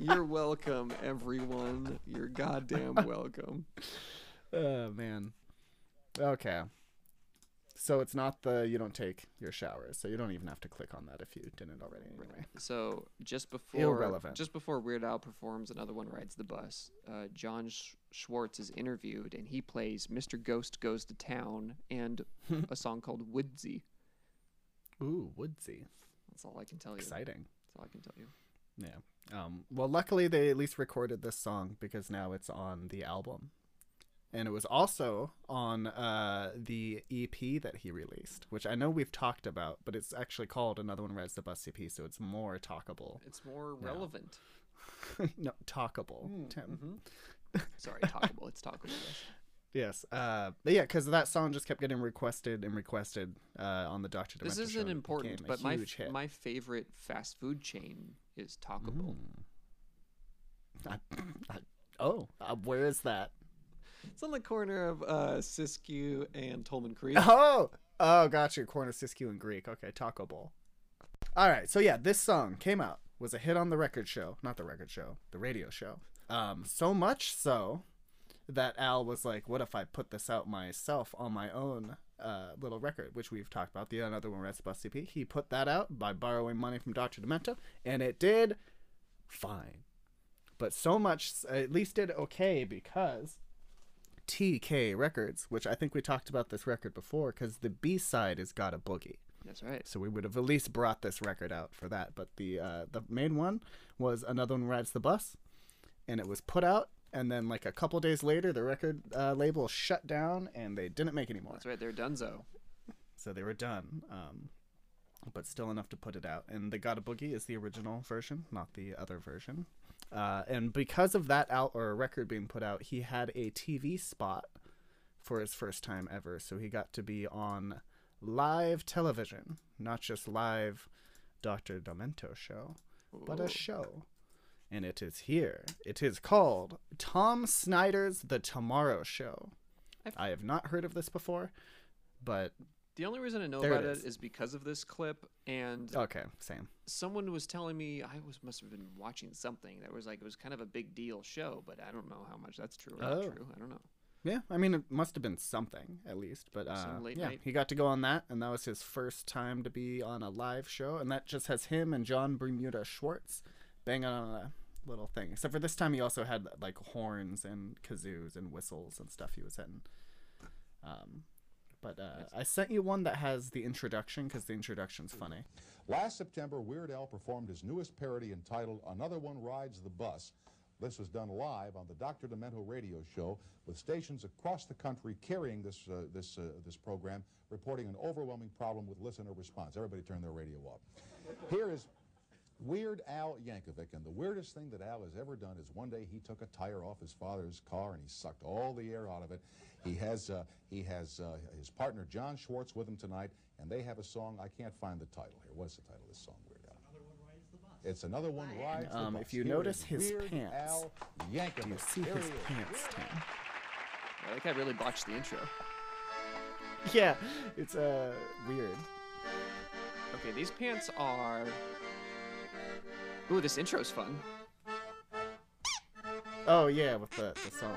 S2: You're welcome, everyone. You're goddamn welcome.
S3: Oh man. Okay. So it's not the you don't take your showers, so you don't even have to click on that if you didn't already. Anyway.
S2: So just before
S3: Irrelevant.
S2: just before Weird Al performs another one rides the bus, uh, John Sch- Schwartz is interviewed and he plays Mr. Ghost Goes to Town and a song called Woodsy.
S3: Ooh, woodsy,
S2: That's all I can tell you.
S3: exciting.
S2: That's all I can tell you.
S3: Yeah. Um, well, luckily they at least recorded this song because now it's on the album, and it was also on uh, the EP that he released, which I know we've talked about, but it's actually called "Another One Rides the Bus" EP, so it's more talkable. *laughs*
S2: It's more relevant.
S3: no, talkable, Tim.
S2: Sorry, talkable. It's talkable.
S3: *laughs*
S2: yes.
S3: Yes. Uh, but yeah, because that song just kept getting requested and requested uh, on the Doctor.
S2: This isn't important, but my
S3: huge hit.
S2: my favorite fast food chain is Talkable.
S3: Mm. I- I- oh, uh, where is that?
S2: It's on the corner of uh, Siskiyou and Tolman Creek.
S3: *laughs* Oh, oh, gotcha. Corner Siskiyou and Greek. Okay, Taco Bowl. All right, so yeah, this song came out was a hit on the record show, not the record show, the radio show. Um, so much so that Al was like, "What if I put this out myself on my own uh, little record?" Which we've talked about. The another one, Rest Bus CP. He put that out by borrowing money from Doctor Demento, and it did fine. But so much, at least did okay because TK Records, which I think we talked about this record before, because the B side is "Got a Boogie,"
S2: That's right.
S3: so we would have at least brought this record out for that. But the uh, the main one was "Another One Rides the Bus," and it was put out, and then like a couple days later, the record uh, label shut down, and they didn't make any more.
S2: That's right. They're Dunzo.
S3: So they were done, um, but still enough to put it out. And the Gotta Boogie is the original version, not the other version. Uh, and because of that out or record being put out, he had a TV spot for his first time ever. So he got to be on live television, not just live Dr. Demento show, but a show. And it is here. It is called Tom Snyder's The Tomorrow Show.
S2: I've-
S3: I have not heard of this before, but
S2: The only reason I know
S3: There it
S2: about
S3: is. Oh.
S2: it is because of this clip, and
S3: okay, same.
S2: someone was telling me I was must have been watching something that was like it was kind of a big deal show, but I don't know how much that's true or not
S3: Oh.
S2: true. I don't know.
S3: Yeah, I mean, it must have been something at least, but uh,
S2: Some late
S3: yeah,
S2: night-
S3: he got to go on that, and that was his first time to be on a live show, and that just has him and John Bermuda Schwartz banging on a little thing. Except for this time, he also had like horns and kazoos and whistles and stuff he was hitting. Um, but uh, I sent you one that has the introduction because the introduction's funny.
S5: Last September, Weird Al performed his newest parody entitled Another One Rides the Bus. This was done live on the Dr. Demento radio show with stations across the country carrying this, uh, this, uh, this program, reporting an overwhelming problem with listener response. Everybody turned their radio off. Here is Weird Al Yankovic, and the weirdest thing that Al has ever done is one day he took a tire off his father's car and he sucked all the air out of it. He has uh, he has uh, his partner John Schwartz with him tonight, and they have a song. I can't find the title here. What's the title of this song, Weird Al? It's another one rides the
S3: Um,
S5: bus.
S3: if you
S5: Here
S3: notice
S5: is
S3: his
S5: Weird
S3: pants,
S5: Al Yankovic.
S3: You see
S5: Here
S3: his
S5: he is.
S3: pants, Tim.
S2: Yeah, that guy really botched the intro.
S3: Yeah, *laughs* it's uh, weird.
S2: Okay, these pants are. Ooh, this intro's fun.
S3: Oh yeah, with the, the song.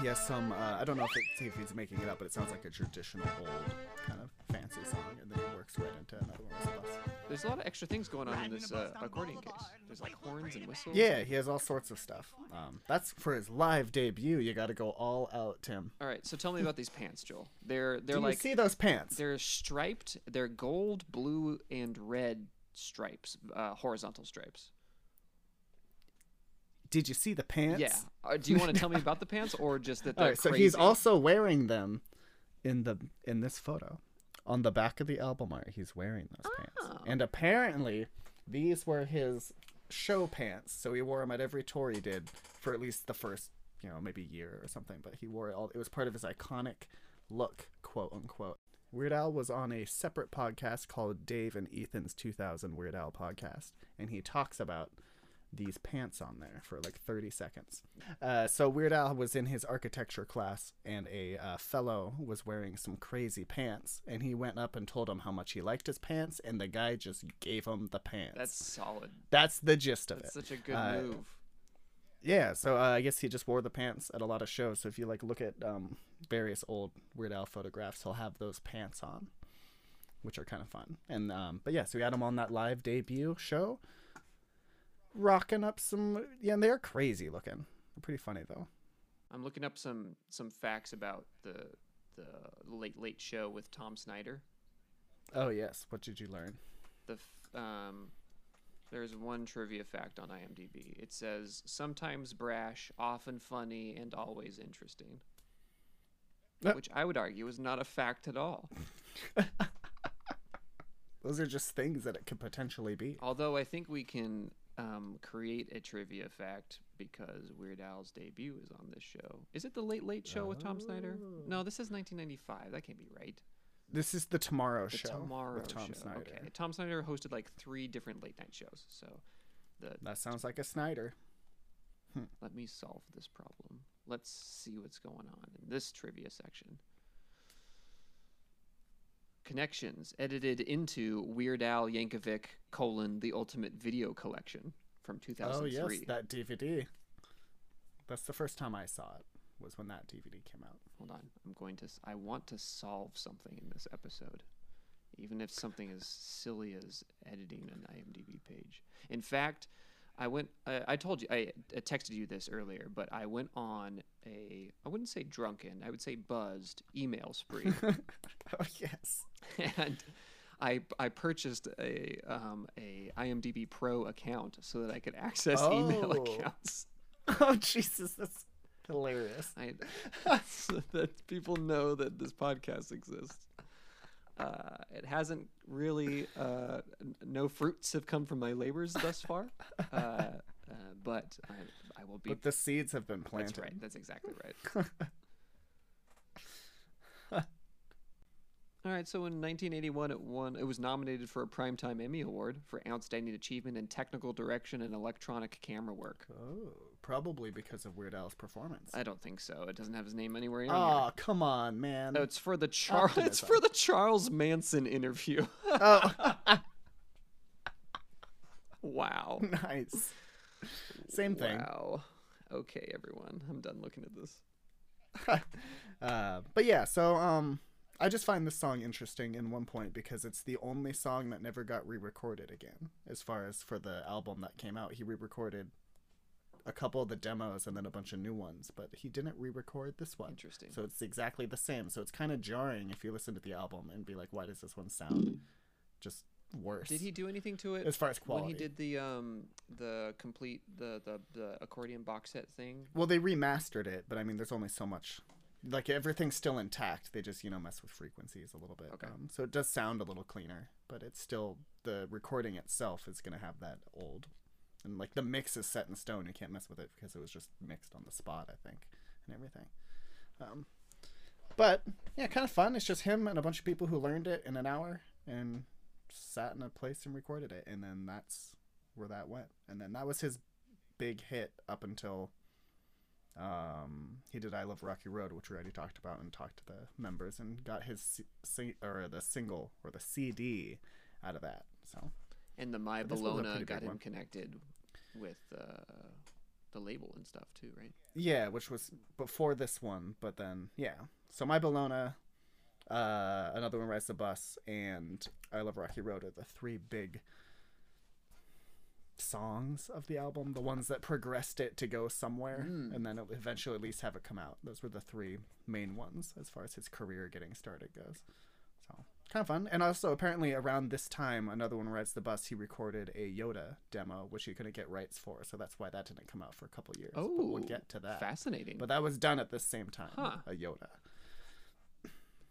S3: He has some. Uh, I don't know if it's if he's making it up, but it sounds like a traditional old kind of fancy song, and then it works right into another one of his stuff.
S2: There's a lot of extra things going on in this uh, accordion case. There's like horns and whistles.
S3: Yeah, he has all sorts of stuff. Um, that's for his live debut. You got to go all out, Tim.
S2: All right, so tell me about these pants, Joel. They're they're
S3: Do
S2: like
S3: you see those pants?
S2: they're striped. They're gold, blue, and red stripes, uh, horizontal stripes.
S3: Did you see the pants?
S2: Yeah. Uh, do you want to tell me about the pants or just that
S3: *laughs* All
S2: they're
S3: right. So
S2: crazy?
S3: he's also wearing them in the in this photo. On the back of the album art, he's wearing those
S2: Oh.
S3: pants. And apparently, these were his show pants. So he wore them at every tour he did for at least the first, you know, maybe year or something. But he wore it all. It was part of his iconic look, quote unquote. Weird Al was on a separate podcast called Dave and Ethan's 2000 Weird Al podcast, and he talks about these pants on there for like 30 seconds. Uh, so Weird Al was in his architecture class, and a uh, fellow was wearing some crazy pants, and he went up and told him how much he liked his pants, and the guy just gave him the pants.
S2: That's solid.
S3: that's the gist of
S2: That's
S3: it.
S2: such a good
S3: Uh,
S2: move.
S3: Yeah, so uh, I guess he just wore the pants at a lot of shows. So if you like look at um, various old Weird Al photographs, he'll have those pants on, which are kind of fun. And um, but yeah, so we had him on that live debut show, rocking up some. Yeah, and they're crazy looking. Pretty funny though.
S2: I'm looking up some some facts about the the Late Late Show with Tom Snyder.
S3: Oh yes, what did you learn?
S2: The f- um, there's one trivia fact on IMDb. It says sometimes brash, often funny, and always interesting.
S3: Yep.
S2: Which I would argue is not a fact at all.
S3: Those are just things that it could potentially be.
S2: Although I think we can um, create a trivia fact because Weird Al's debut is on this show. Is it the Late Late Show with Tom Snyder?
S3: Oh.
S2: No, this is 1995. That can't be right.
S3: This is the Tomorrow
S2: The
S3: Show
S2: Tomorrow
S3: with Tom
S2: Show.
S3: Snyder.
S2: Okay, Tom Snyder hosted like three different late night shows. So, the
S3: That sounds like a Snyder.
S2: let me solve this problem. Let's see what's going on in this trivia section. Connections edited into Weird Al Yankovic colon the Ultimate Video Collection from
S3: Oh
S2: 2003.
S3: yes, that DVD. That's the first time I saw it. Was when that DVD came out. *laughs*
S2: Hold on. I'm going to. s- I want to solve something in this episode, even if something as silly as editing an IMDb page. In fact, I went. I, I told you. I, I texted you this earlier, but I went on a. I wouldn't say drunken. I would say buzzed email spree,
S3: Oh *laughs* yes.
S2: and. I, I purchased a um, a IMDb Pro account so that I could access email
S3: Oh.
S2: accounts.
S3: Oh Jesus, that's hilarious.
S2: I,
S3: *laughs*
S2: so *laughs* that people know that this podcast exists. Uh, it hasn't really, uh, n- no fruits have come from my labors thus far, uh, uh, but I, I will be.
S3: But the seeds have been planted.
S2: that's
S3: *laughs*
S2: right. That's exactly right. All right, so in 1981, it won. It was nominated for a Primetime Emmy Award for Outstanding Achievement in Technical Direction and Electronic Camera Work.
S3: Oh, probably because of Weird Al's performance.
S2: I don't think so. It doesn't have his name anywhere. on here.
S3: Oh, come on, man.
S2: No, it's for the Charles. It's for the Charles Manson interview. *laughs*
S3: Oh, *laughs*
S2: wow.
S3: *laughs* nice. Same thing.
S2: Wow. Okay, everyone. I'm done looking at this.
S3: *laughs* Uh, but yeah, so um, I just find this song interesting in one point because it's the only song that never got re-recorded again. As far as for the album that came out, he re-recorded a couple of the demos and then a bunch of new ones, but he didn't re-record this one.
S2: Interesting.
S3: So it's exactly the same. So it's kind of jarring if you listen to the album and be like, "Why does this one sound just worse?"
S2: Did he do anything to it?
S3: As far as
S2: When
S3: quality.
S2: he did the um the complete the the, the accordion box set thing.
S3: Well, they remastered it, but I mean, there's only so much. Like everything's still intact. They just you know mess with frequencies a little bit.
S2: Okay.
S3: Um, so it does sound a little cleaner, but it's still the recording itself is gonna have that old, and like the mix is set in stone. You can't mess with it because it was just mixed on the spot, I think, and everything. Um, but yeah, kind of fun. It's just him and a bunch of people who learned it in an hour and sat in a place and recorded it, and then that's where that went. And then that was his big hit up until um, he did "I Love Rocky Road," which we already talked about, and talked to the members, and got his si- si- or the single or the CD out of that. So
S2: And the My
S3: this was a
S2: Bologna
S3: pretty
S2: got
S3: big
S2: him
S3: one.
S2: connected with uh, the label and stuff too, right?
S3: yeah, which was before this one, but then yeah. So my Bologna, uh, another one rides the bus, and "I Love Rocky Road" are the three big songs of the album, the ones that progressed it to go somewhere, and then eventually at least have it come out. Those were the three main ones as far as his career getting started goes. So kind of fun. And also apparently around this time, another one rides the bus. He recorded a Yoda demo, which he couldn't get rights for, so that's why that didn't come out for a couple years. but we'll
S2: Oh,
S3: get to that.
S2: Fascinating.
S3: But that was done at the same time.
S2: Huh.
S3: A Yoda.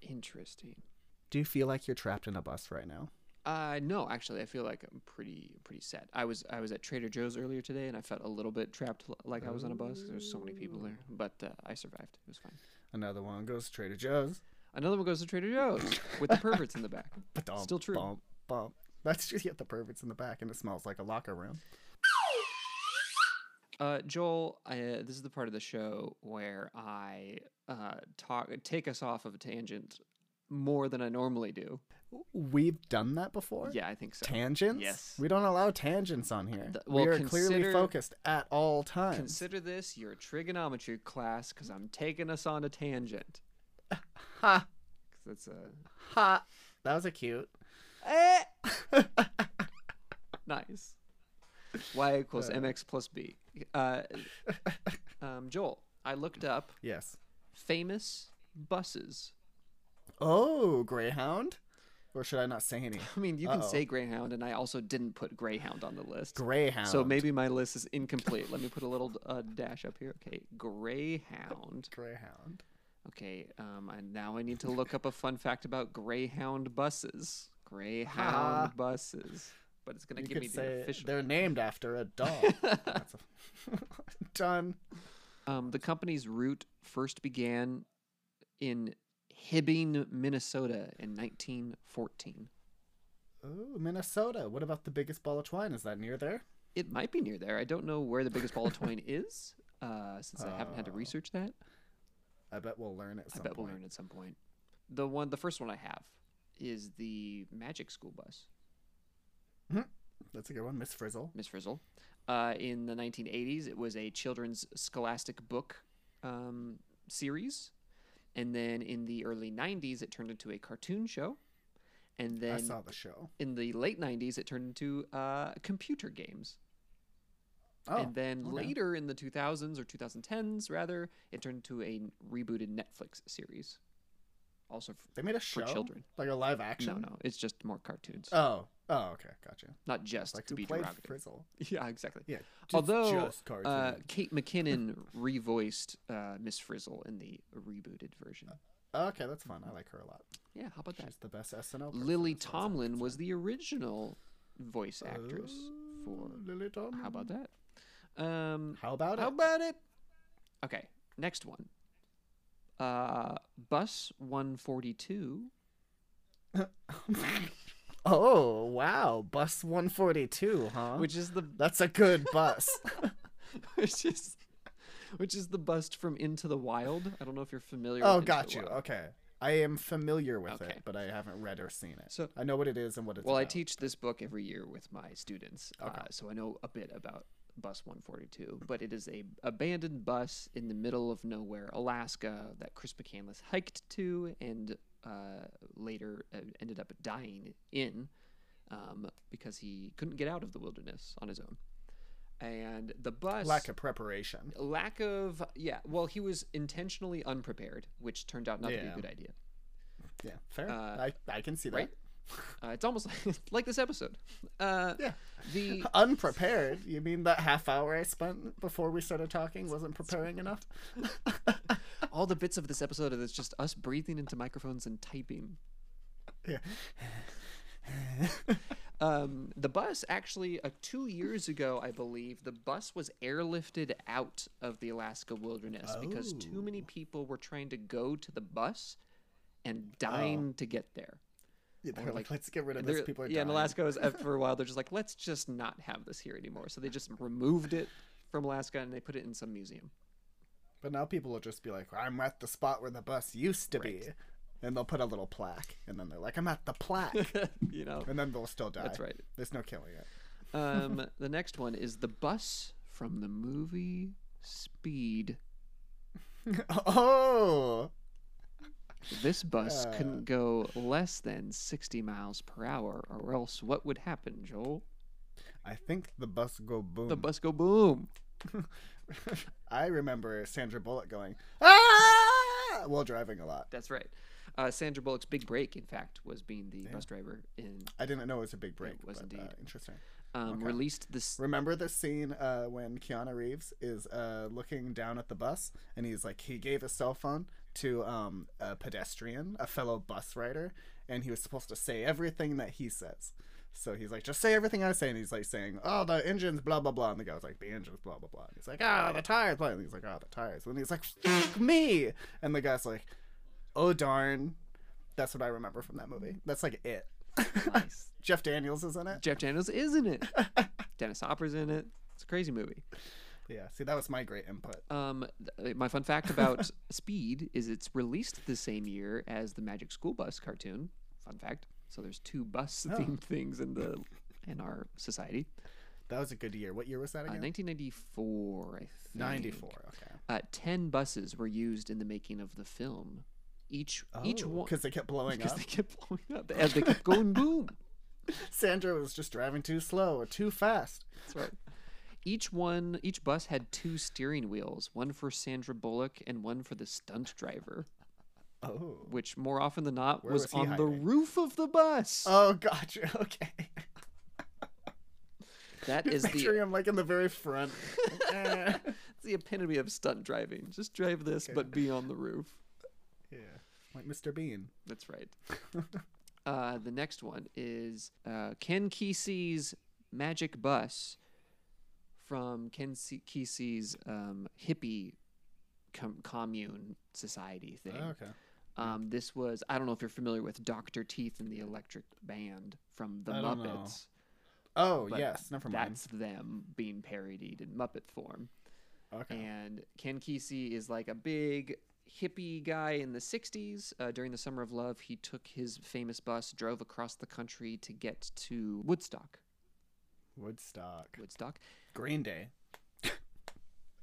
S2: Interesting.
S3: Do you feel like you're trapped in a bus right now?
S2: Uh, no, actually, I feel like I'm pretty pretty set. I was I was at Trader Joe's earlier today, and I felt a little bit trapped, l- like I was on a bus. 'cause There's so many people there, but uh, I survived. It was fine.
S3: Another one goes to Trader Joe's.
S2: Another one goes to Trader Joe's with the perverts in the back.
S3: Ba-dum,
S2: Still true.
S3: Bump, bump. That's *laughs* just yet the perverts in the back, and it smells like a locker room.
S2: Uh, Joel, I, uh, this is the part of the show where I uh, talk take us off of a tangent more than I normally do.
S3: We've done that before.
S2: Yeah, I think so.
S3: Tangents.
S2: Yes.
S3: We don't allow tangents on here.
S2: Th- well,
S3: we are
S2: consider-
S3: clearly focused at all times.
S2: Consider this your trigonometry class because I'm taking us on a tangent.
S3: ha
S2: That's uh,
S3: ha. That was a cute.
S2: nice. Y equals mx plus b. Uh,
S3: *laughs*
S2: um, Joel, I looked up
S3: Yes.
S2: famous buses.
S3: Oh, Greyhound. Or should I not say any?
S2: *laughs* I mean, you can
S3: Uh-oh.
S2: say Greyhound, and I also didn't put Greyhound on the list.
S3: Greyhound.
S2: So maybe my list is incomplete. Let me put a little uh, dash up here. Okay, Greyhound.
S3: Greyhound.
S2: Okay, um, and now I need to look up a fun fact about Greyhound buses. Greyhound buses. But it's gonna
S3: You
S2: give me
S3: could say
S2: the official.
S3: they're named after
S2: *laughs*
S3: a dog. That's a... *laughs* Done.
S2: Um, the company's route first began in Hibbing, Minnesota, in 1914.
S3: Ooh, Minnesota. What about the biggest ball of twine? Is that near there?
S2: It might be near there. I don't know where the biggest
S3: *laughs*
S2: ball of twine is, uh, since I haven't had to research that.
S3: I bet we'll learn at some
S2: I bet
S3: point.
S2: we'll learn at some point. The one, the first one I have is the Magic School Bus,
S3: That's a good one. Miss Frizzle.
S2: Miss Frizzle. Uh, in the 1980s, it was a children's scholastic book um, series, and then in the early 90s, it turned into a cartoon show, and
S3: I
S2: then
S3: saw the show.
S2: in the late 90s, it turned into uh, computer games.
S3: Oh,
S2: and then
S3: okay.
S2: later in the 2000s or 2010s, rather, it turned into a rebooted Netflix series. Also, f-
S3: they made a show
S2: children.
S3: like a live action.
S2: No, no, it's just more cartoons,
S3: Oh, oh, okay, gotcha.
S2: not just
S3: Like
S2: to
S3: who
S2: be
S3: played
S2: derogative.
S3: Frizzle?
S2: *laughs* Yeah, exactly.
S3: Yeah, just-
S2: Although
S3: just
S2: uh,
S3: cartoon.
S2: Kate McKinnon
S3: *laughs*
S2: revoiced uh, Miss Frizzle in the rebooted version.
S3: okay, that's fun. I like her a lot.
S2: Yeah, how about that?
S3: She's the best SNL. person
S2: Lily
S3: as far as I'm
S2: Tomlin was
S3: concerned.
S2: the original voice actress for.
S3: Ooh, Lily Tomlin.
S2: How about that? Um,
S3: How about
S2: How
S3: it?
S2: about it? Okay, next one. Uh, Bus 142
S3: Oh, wow. Bus 142, huh?
S2: which is the
S3: That's a good
S2: *laughs*
S3: bus.
S2: *laughs* which is which is the bust from Into the Wild. I don't know if you're familiar.
S3: oh,
S2: with Into the
S3: got you.
S2: Wild.
S3: Okay. I am familiar with
S2: Okay.
S3: it, but I haven't read or seen it.
S2: So-
S3: I know what it is and what it's
S2: Well, I
S3: about.
S2: teach this book every year with my students, uh, so I know a bit about Bus 142. But it is a abandoned bus in the middle of nowhere, Alaska, that Chris McCandless hiked to and uh, later uh, ended up dying in um, because he couldn't get out of the wilderness on his own. And the bus
S3: lack of preparation.
S2: lack of yeah well he was intentionally unprepared which turned out not to be a
S3: Yeah.
S2: good idea
S3: Yeah, fair.
S2: Uh,
S3: I, I can see that.
S2: right? uh, it's almost *laughs* like, like this episode uh
S3: Yeah.
S2: the
S3: Unprepared? You mean that half hour I spent before we started talking wasn't preparing enough? *laughs*
S2: all the bits of this episode that's just us breathing into microphones and typing
S3: Yeah.
S2: *laughs* um, the bus actually uh, two years ago i believe the bus was airlifted out of the alaska wilderness because too
S3: Oh.
S2: many people were trying to go to the bus
S3: Oh.
S2: and dying to get there
S3: Yeah, they're like,
S2: like-
S3: let's get rid of
S2: And
S3: this.
S2: they're-
S3: People are
S2: yeah, in
S3: dying."
S2: Alaska
S3: *laughs*
S2: was after a while they're just like, let's just not have this here anymore. So they just removed it from Alaska and they put it in some museum.
S3: But now people will just be like, I'm at the spot where the bus used to be. And they'll put a little plaque. And then they're like, I'm at the plaque.
S2: *laughs* you know.
S3: and then they'll still die.
S2: That's right.
S3: There's no killing it. *laughs*
S2: Um, the next one is the bus from the movie Speed.
S3: oh!
S2: This bus couldn't go less than sixty miles per hour, or else what would happen, Joel?
S3: I think the bus go boom.
S2: The bus go boom.
S3: *laughs* I remember Sandra Bullock going, ah! While driving a lot.
S2: That's right. Uh, Sandra Bullock's big break, in fact, was being the bus driver in
S3: I didn't know it was a big break.
S2: was
S3: but,
S2: indeed.
S3: uh, interesting.
S2: um, released this
S3: Remember the scene uh, when Keanu Reeves is uh, looking down at the bus and he's like, he gave his cell phone to um, a pedestrian, a fellow bus rider, and he was supposed to say everything that he says. So he's like, just say everything I say. And he's like saying, oh, the engine's blah, blah, blah. And the guy's like, the engine's blah, blah, blah. And he's like, ah, the tires, blah. And he's like, ah, the tires. And he's like, fuck me. And the guy's like, oh, darn. That's what I remember from that movie. That's like it. *laughs* Jeff Daniels is in it.
S2: Jeff Daniels is in it. Dennis Hopper's in it. It's a crazy movie.
S3: Yeah, see, that was my great input.
S2: Um, th- my fun fact about *laughs* Speed is it's released the same year as the Magic School Bus cartoon. Fun fact. So there's two bus *laughs*
S3: Oh.
S2: themed things in
S3: *laughs*
S2: the in our society.
S3: That was a good year. What year was that
S2: Uh,
S3: again?
S2: 1994, I think.
S3: 94. Okay.
S2: Uh, ten buses were used in the making of the film. Each each one
S3: Because Oh, they kept blowing
S2: because
S3: up.
S2: they kept blowing up as they kept going boom.
S3: *laughs*
S2: *laughs*
S3: Sandra was just driving too slow or too fast.
S2: That's right. Each one, each bus had two steering wheels, one for Sandra Bullock and one for the stunt driver,
S3: Oh.
S2: which more often than not was,
S3: was he
S2: on the
S3: hiding?
S2: roof of the bus.
S3: Oh, gotcha. *laughs* Okay.
S2: that is the,
S3: Picturing him like in the very front.
S2: *laughs*
S3: *laughs* Like, eh.
S2: that's the epitome of stunt driving. Just drive this, but be on the roof.
S3: yeah. Like Mr. Bean.
S2: That's
S3: *laughs*
S2: right. uh, the next one is uh, Ken Kesey's Magic Bus from Ken Se- Kesey's um, hippie com- commune society thing. Um, this was I don't know if you're familiar with Doctor Teeth and the Electric Band from the
S3: I don't know.
S2: Muppets.
S3: Oh,
S2: but
S3: yes. Never mind.
S2: That's them being parodied in Muppet form.
S3: Okay.
S2: And Ken Kesey is like a big hippie guy in the 60s. Uh, during the Summer of Love, he took his famous bus, drove across the country to get to Woodstock.
S3: Woodstock.
S2: Woodstock.
S3: Green Day. *laughs*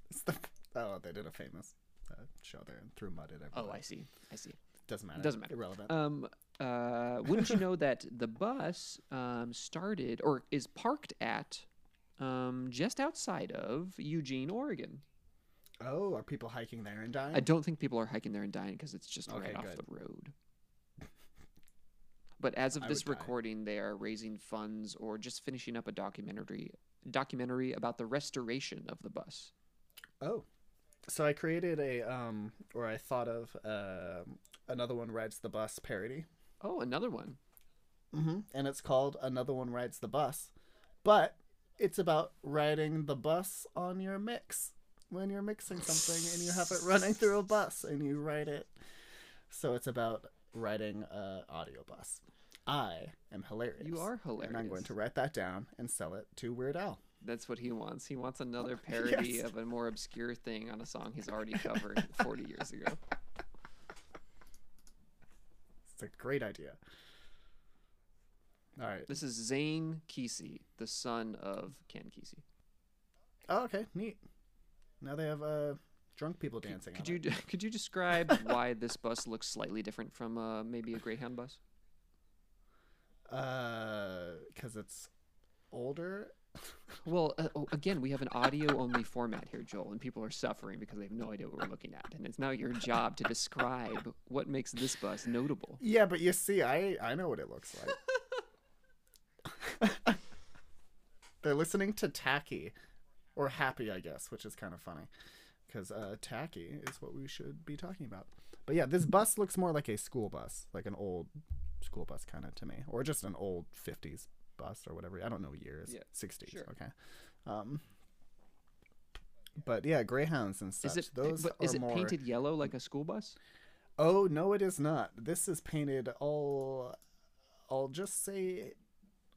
S3: it's the. Oh, they did a famous uh, show there and threw mud at
S2: Oh,
S3: everyone.
S2: I see. I see.
S3: Doesn't matter.
S2: Doesn't matter.
S3: Irrelevant.
S2: Um, uh, wouldn't you know *laughs* that the bus um, started or is parked at um, just outside of Eugene, Oregon?
S3: oh, are people hiking there and dying?
S2: I don't think people are hiking there and dying because it's just
S3: Okay,
S2: right off
S3: good.
S2: the
S3: *laughs*
S2: road. But as of
S3: I
S2: this
S3: would die.
S2: recording, they are raising funds or just finishing up a documentary documentary about the restoration of the bus.
S3: Oh. So I created a um or I thought of um another one rides the bus parody.
S2: Oh, another one.
S3: Mm-hmm. And it's called Another One Rides the Bus. But it's about riding the bus on your mix. When you're mixing something and you have it running through a bus and you ride it. So it's about riding a audio bus. I am hilarious.
S2: You are
S3: And I'm going
S2: hilarious.
S3: to write that down and sell it to Weird Al.
S2: That's what he wants. He wants
S3: *laughs*
S2: another parody
S3: Yes.
S2: of a more obscure thing on a song he's
S3: *laughs*
S2: already covered 40 years ago.
S3: It's a great idea. All right.
S2: This is Zane Kesey, the son of Ken Kesey.
S3: Oh, okay, neat. Now they have uh, drunk people dancing.
S2: Could
S3: on
S2: you
S3: it.
S2: d- *laughs* could you
S3: *laughs*
S2: describe why this bus looks slightly different from uh, maybe a Greyhound bus?
S3: Uh, because it's older.
S2: Well, uh, oh, again, we have an audio only format here, Joel, and people are suffering because they have no idea what we're looking at. And it's now your job to describe what makes this bus notable.
S3: Yeah, but you see, I I know what it looks like.
S2: *laughs*
S3: They're listening to Tacky, or Happy, I guess, which is kind of funny, because uh, Tacky is what we should be talking about. But yeah, this bus looks more like a school bus, like an old school bus kind of to me, or just an old '50s bus or whatever. I don't know years.
S2: Yeah,
S3: '60s.
S2: sure.
S3: Okay. Um. But yeah, Greyhounds and such.
S2: Is it
S3: Those
S2: but
S3: are
S2: is it
S3: more...
S2: painted yellow like a school bus?
S3: Oh no, it is not. This is painted all. I'll just say,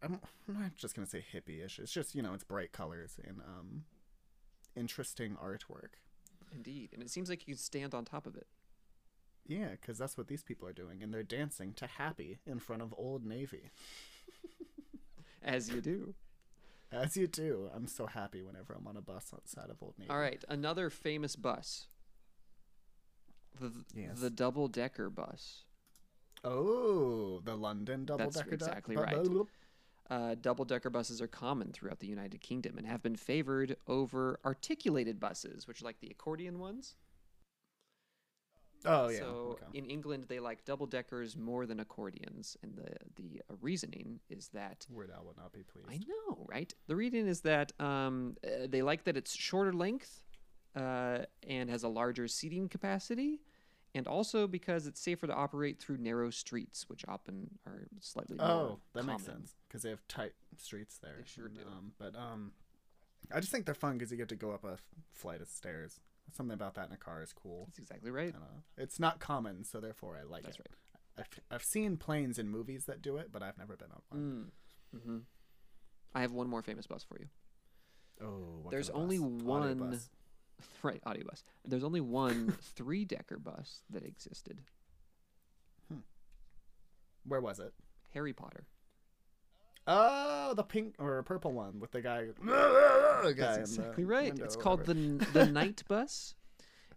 S3: I'm, I'm not just gonna say hippie-ish. It's just you know it's bright colors and um, interesting artwork.
S2: Indeed, and it seems like you can stand on top of it.
S3: Yeah, because that's what these people are doing, and they're dancing to "Happy" in front of Old Navy,
S2: As you do.
S3: as you do. I'm so happy whenever I'm on a bus outside of Old Navy.
S2: All right, another famous bus. The
S3: Yes.
S2: the double decker bus.
S3: Oh, the London double decker.
S2: exactly right. Uh, double decker buses are common throughout the United Kingdom and have been favored over articulated buses, which are like the accordion ones.
S3: Oh yeah.
S2: So
S3: okay.
S2: in England, they like double deckers more than accordions, and the the uh, reasoning is that
S3: Weird Al would not be pleased.
S2: I know, right? The reasoning is that um, uh, they like that it's shorter length uh, and has a larger seating capacity, and also because it's safer to operate through narrow streets, which often are slightly more
S3: Oh, that makes
S2: common.
S3: sense because they have tight streets there.
S2: They sure
S3: and,
S2: do.
S3: Um, but um, I just think they're fun because you get to go up a f- flight of stairs. Something about that in a car is cool.
S2: That's exactly right.
S3: I don't know. It's not common, so therefore I like
S2: That's
S3: it. Right. I've, I've seen planes in movies that do it, but I've never been on one.
S2: Mm-hmm. I have one more famous bus for you. *laughs*
S3: Oh, what
S2: There's
S3: kind of
S2: only
S3: bus? Audio
S2: one-
S3: bus.
S2: right, audio bus. There's only
S3: *laughs*
S2: one three decker bus that existed.
S3: Where was it?
S2: Harry Potter.
S3: Oh, the pink or purple one with the guy. guy in the
S2: That's exactly right.
S3: window
S2: it's
S3: or
S2: called
S3: whatever. *laughs*
S2: the the night bus.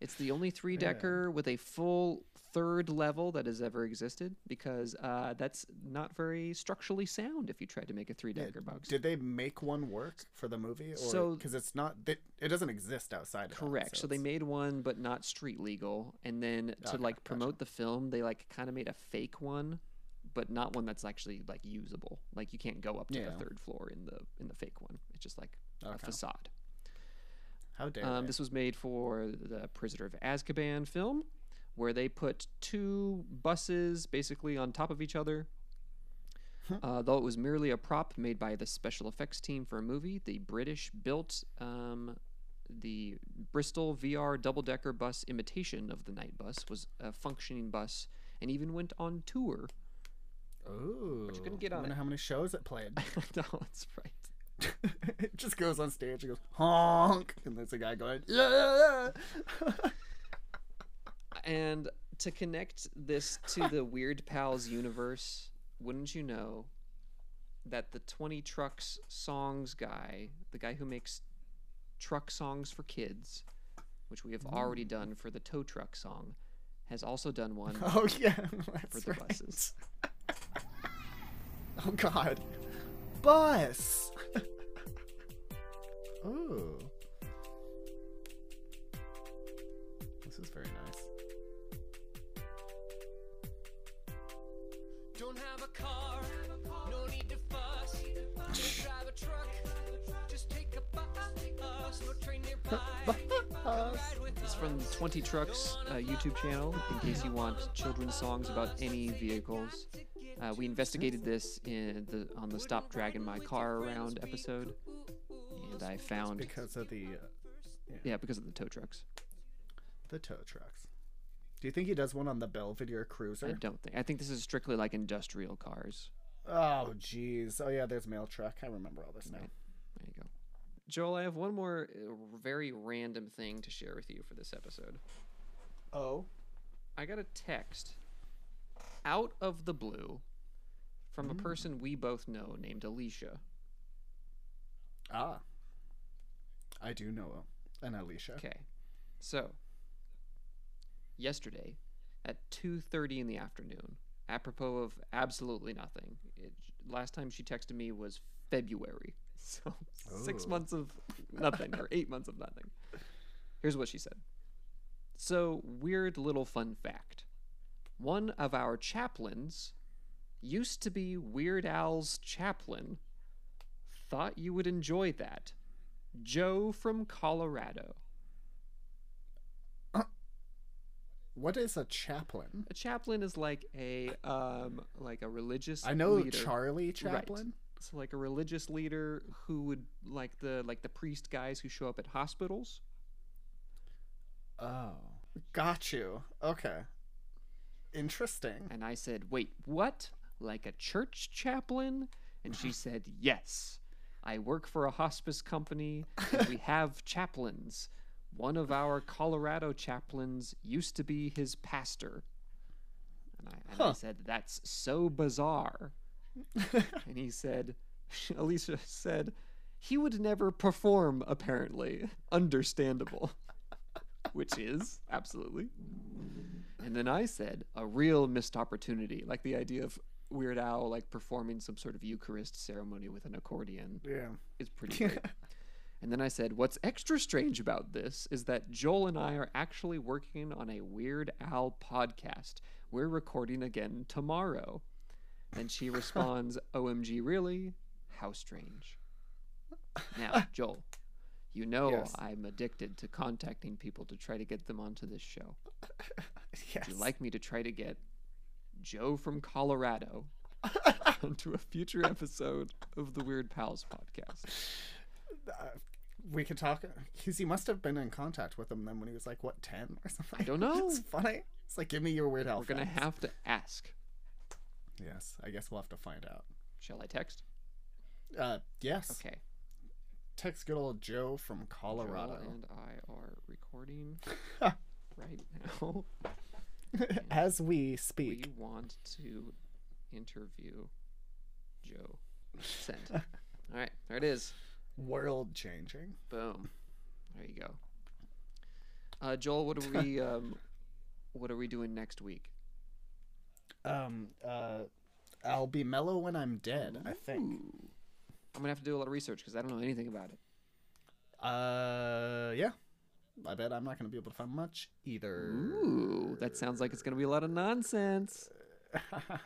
S2: It's the only three decker with a full third level that has ever existed because uh, that's not very structurally sound if you tried to make a three
S3: Yeah,
S2: decker box.
S3: Did they make one work for the movie? Or,
S2: So-
S3: because it's not, it, it doesn't exist outside. Of that,
S2: Correct. So, they
S3: it's-
S2: made one, but not street legal. And then to
S3: Okay,
S2: like promote the film, they like kind of made a fake one, but not one that's actually like usable. Like you can't go up to
S3: Yeah.
S2: the third floor in the in the fake one. It's just like a
S3: Okay.
S2: facade.
S3: How dare
S2: Um,
S3: they?
S2: this was made for the Prisoner of Azkaban film, where they put two buses basically on top of each other. Uh, though it was merely a prop made by the special effects team for a movie, the British built um, the Bristol VR double decker bus imitation of the night bus, was a functioning bus, and even went on tour. *laughs*
S3: Ooh. But
S2: you couldn't get
S3: I
S2: on
S3: wonder
S2: it.
S3: how many shows it played. *laughs*
S2: no, that's right.
S3: it just goes on stage and goes honk, and there's a guy going yeah. *laughs*
S2: And to connect this to the Weird Pals universe, wouldn't you know that the 20 Trucks songs guy, the guy who makes truck songs for kids, which we have already
S3: Mm.
S2: done for the tow truck song, has also done
S3: *laughs*
S2: one
S3: Oh yeah,
S2: for
S3: that's
S2: the
S3: right.
S2: buses.
S3: Oh god, bus. *laughs* Ooh. This is very nice.
S1: Don't have a car, no need to fuss. Just drive a truck, just take a bus. No train nearby.
S3: Bus.
S2: It's from 20 Trucks uh, YouTube channel in case you want children's songs about any vehicles. Uh, we investigated this in the on the Stop Dragging My Car Around episode, and I found
S3: Because of the uh,
S2: yeah because of the tow trucks.
S3: the tow trucks. Do you think he does one on the Belvedere Cruiser?
S2: I don't think I think this is strictly like industrial cars.
S3: Oh, jeez. Oh, yeah, there's mail truck. I remember all this now.
S2: There you go. Joel, I have one more uh, very random thing to share with you for this episode.
S3: Oh.
S2: I got a text out of the blue from a person we both know named Alicia.
S3: Ah. I do know an Alicia.
S2: Okay. So, yesterday at 2:30 in the afternoon, apropos of absolutely nothing. It, last time she texted me was February. *laughs* So, 6
S3: Oh.
S2: months of nothing or 8 months of nothing. Here's what she said. So, weird little fun fact. One of our chaplains used to be Weird Al's chaplain. Thought you would enjoy that. Joe from Colorado.
S3: What is a chaplain?
S2: A chaplain is like a um like a religious
S3: I know
S2: leader.
S3: Charlie
S2: Right.
S3: Chaplin.
S2: So like a religious leader who would like the like the priest guys who show up at hospitals.
S3: Oh. Got you. Okay. Interesting.
S2: And I said, "Wait, what? Like a church chaplain?" And she said, "Yes. I work for a hospice company. And we have chaplains. One of our Colorado chaplains used to be his pastor." And I, and I
S3: Huh.
S2: said, "That's so bizarre." and he said, *laughs* Alicia said, he would never perform, apparently. Understandable. Which is, absolutely. And then I said, a real missed opportunity. Like the idea of Weird Al like performing some sort of Eucharist ceremony with an accordion
S3: *laughs* Yeah.
S2: is pretty great. and then I said, what's extra strange about this is that Joel and I are actually working on a Weird Al podcast. We're recording again tomorrow. And she
S3: *laughs*
S2: responds, OMG, really? How strange.
S3: *laughs*
S2: Now, Joel, you know
S3: Yes.
S2: I'm addicted to contacting people to try to get them onto this show.
S3: Yes.
S2: Would you like me to try to get Joe from Colorado onto a future episode of the Weird Pals podcast?
S3: we could talk because he must have been in contact with him then when he was like what 10 or something i
S2: don't know.
S3: *laughs* it's funny it's like give me your weird
S2: We're
S3: alpha
S2: going to have to ask.
S3: yes i guess we'll have to find out
S2: Shall I text?
S3: uh yes
S2: Okay.
S3: text good old joe from
S2: Joel
S3: colorado *laughs*
S2: and I are recording right now.
S3: as we
S2: we
S3: speak
S2: want to interview Joe. Send. All right, there it is.
S3: world changing
S2: Boom. There you go. Uh, Joel, what are we um, what are we doing next week?
S3: um uh i'll be mellow when i'm dead i think
S2: I'm gonna have to do a lot of research because I don't know anything about it.
S3: uh yeah i bet i'm not gonna be able to find much either *laughs*
S2: Ooh, that sounds like it's gonna be a lot of nonsense.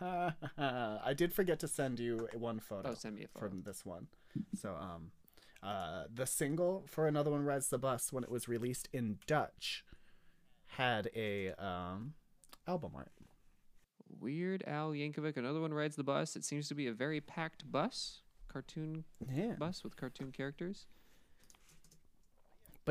S3: I did forget to send you one photo.
S2: Oh, send me a photo.
S3: from this one. So, um, uh, the single for another one rides the bus when it was released in Dutch had a um album art.
S2: Weird Al Yankovic, another one rides the bus. It seems to be a very packed bus, cartoon
S3: Yeah, but,
S2: bus with cartoon characters.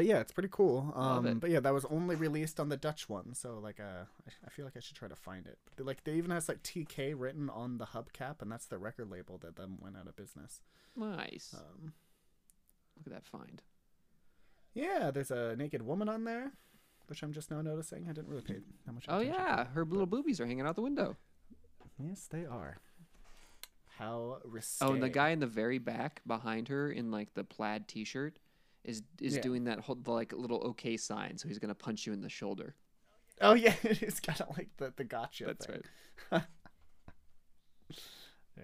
S3: yeah, it's pretty cool.
S2: Love
S3: Um,
S2: it.
S3: but yeah, that was only released on the Dutch one, so like, uh, I, I feel like I should try to find it. But, like, they even has like TK written on the hubcap, and that's the record label that then went out of business.
S2: Nice.
S3: Um,
S2: Look at that find.
S3: yeah, there's a naked woman on there, which I'm just now noticing. I didn't really pay that much.
S2: Oh
S3: attention to
S2: yeah, her little boobies are hanging out the window.
S3: Yes, they are. How risque.
S2: Oh, and the guy in the very back behind her in like the plaid T-shirt is is
S3: Yeah.
S2: doing that whole the, like little okay sign, so he's gonna punch you in the shoulder.
S3: Oh yeah, *laughs* it's kind of like the the gotcha.
S2: That's
S3: thing.
S2: right.
S3: Yeah.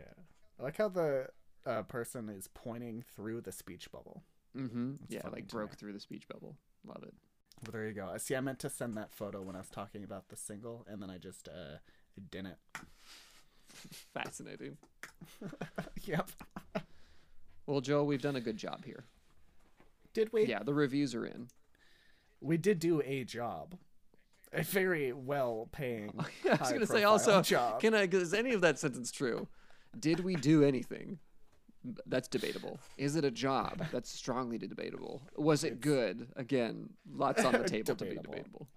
S3: I like how the uh, person is pointing through the speech bubble.
S2: Mm-hmm. Yeah,
S3: funny
S2: like
S3: to
S2: broke
S3: me.
S2: through the speech bubble. Love it.
S3: Well, there you go. I see. I meant to send that photo when I was talking about the single, and then I just uh, didn't. *laughs*
S2: Fascinating.
S3: yep.
S2: Well, Joel, we've done a good job here.
S3: Did we?
S2: Yeah, the reviews are in.
S3: We did do a job, a very well-paying.
S2: *laughs* I was gonna say
S3: high-profile
S2: also,
S3: job.
S2: can I? Is any of that sentence true? Did we do anything? M- That's debatable. Is it a job? That's strongly debatable. Was it good? Again, lots on the
S3: *laughs*
S2: table to be
S3: Debatable.
S2: debatable.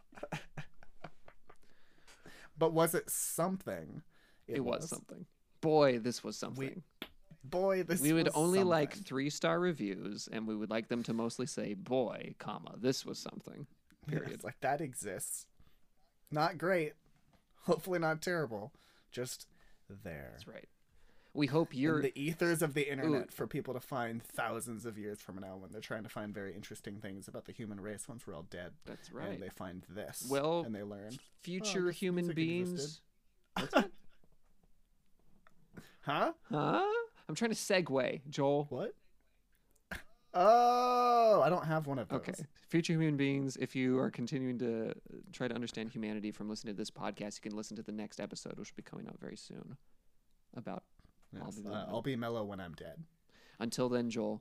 S3: But was it something?
S2: It was something. boy, this was something.
S3: Boy, this
S2: We, would
S3: was
S2: only like
S3: *laughs* something.
S2: three star reviews, and we would like them to mostly say, boy, comma, this was something.
S3: Yeah,
S2: Period.
S3: It's like that exists. Not great. Hopefully not terrible. Just there.
S2: That's right. We hope
S3: In
S2: you're.
S3: the ethers of the internet for people to find thousands of years from now when they're trying to find very interesting things about the human race once we're all dead.
S2: That's
S3: And
S2: right.
S3: they find this.
S2: Well,
S3: and they learn.
S2: Future
S3: this
S2: human
S3: music
S2: beings.
S3: existed. Huh?
S2: Huh? I'm trying to segue, Joel.
S3: What? *laughs* Oh, I don't have one of those.
S2: Okay. Future human beings, if you are continuing to uh, try to understand humanity from listening to this podcast, you can listen to the next episode, which will be coming out very soon. About I'll
S3: Yes,
S2: be
S3: uh,
S2: the-
S3: I'll be mellow when I'm dead.
S2: until then, Joel.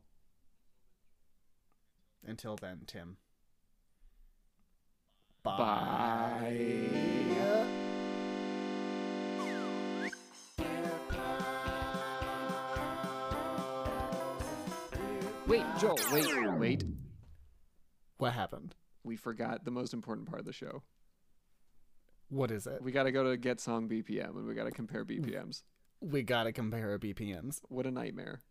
S3: Until then, Tim.
S2: Bye. Wait, Joel. Wait, wait.
S3: What happened?
S2: We forgot the most important part of the show.
S3: What is it?
S2: We got to go to Get Song BPM and we got to compare BPMs.
S3: We gotta compare our BPMs.
S2: What a nightmare.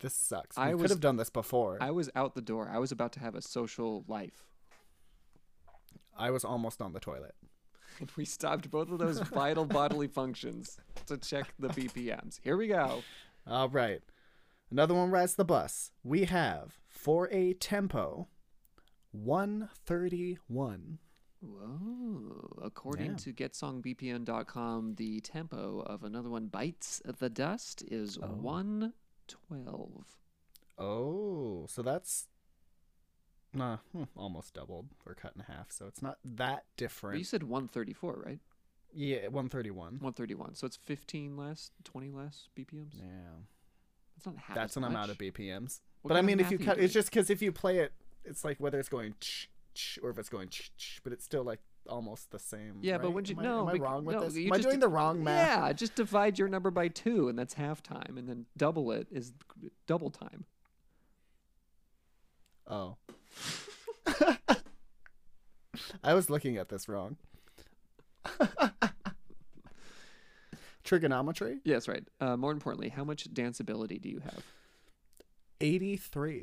S3: This sucks.
S2: I
S3: I could
S2: was-
S3: have done this before.
S2: I was out the door. I was about to have a social life.
S3: I was almost on the toilet.
S2: And we stopped both of *laughs* those vital bodily functions to check the BPMs. Here we go.
S3: All right. Another one rides the bus. We have for a tempo 131.
S2: Whoa. According
S3: Yeah.
S2: to getsongbpn.com, the tempo of another one bites the dust is 112.
S3: Oh, so that's nah, hmm, almost doubled or cut in half. So it's not that
S2: But you
S3: different.
S2: said 134, right?
S3: Yeah, 131.
S2: 131. So it's 15 less, 20 less BPMs.
S3: Yeah.
S2: That's not half.
S3: That's
S2: as
S3: an amount
S2: much.
S3: of BPMs.
S2: What
S3: but
S2: kind
S3: I
S2: of
S3: mean,
S2: math
S3: if you
S2: are you
S3: cut, it's
S2: doing?
S3: just because if you play it, it's like whether it's going ch ch or if it's going ch ch, but it's still like almost the same.
S2: Yeah, but
S3: right?
S2: when you
S3: am I,
S2: no,
S3: am I
S2: bec-
S3: wrong with
S2: no,
S3: this?
S2: you
S3: Am I
S2: just-
S3: doing the wrong math?
S2: Yeah, just divide your number by two, and that's half time, and then double it is double time.
S3: Oh. *laughs* I was looking at this wrong. *laughs* Trigonometry
S2: Yes, right. Uh, more importantly, how much danceability do you have?
S3: 83.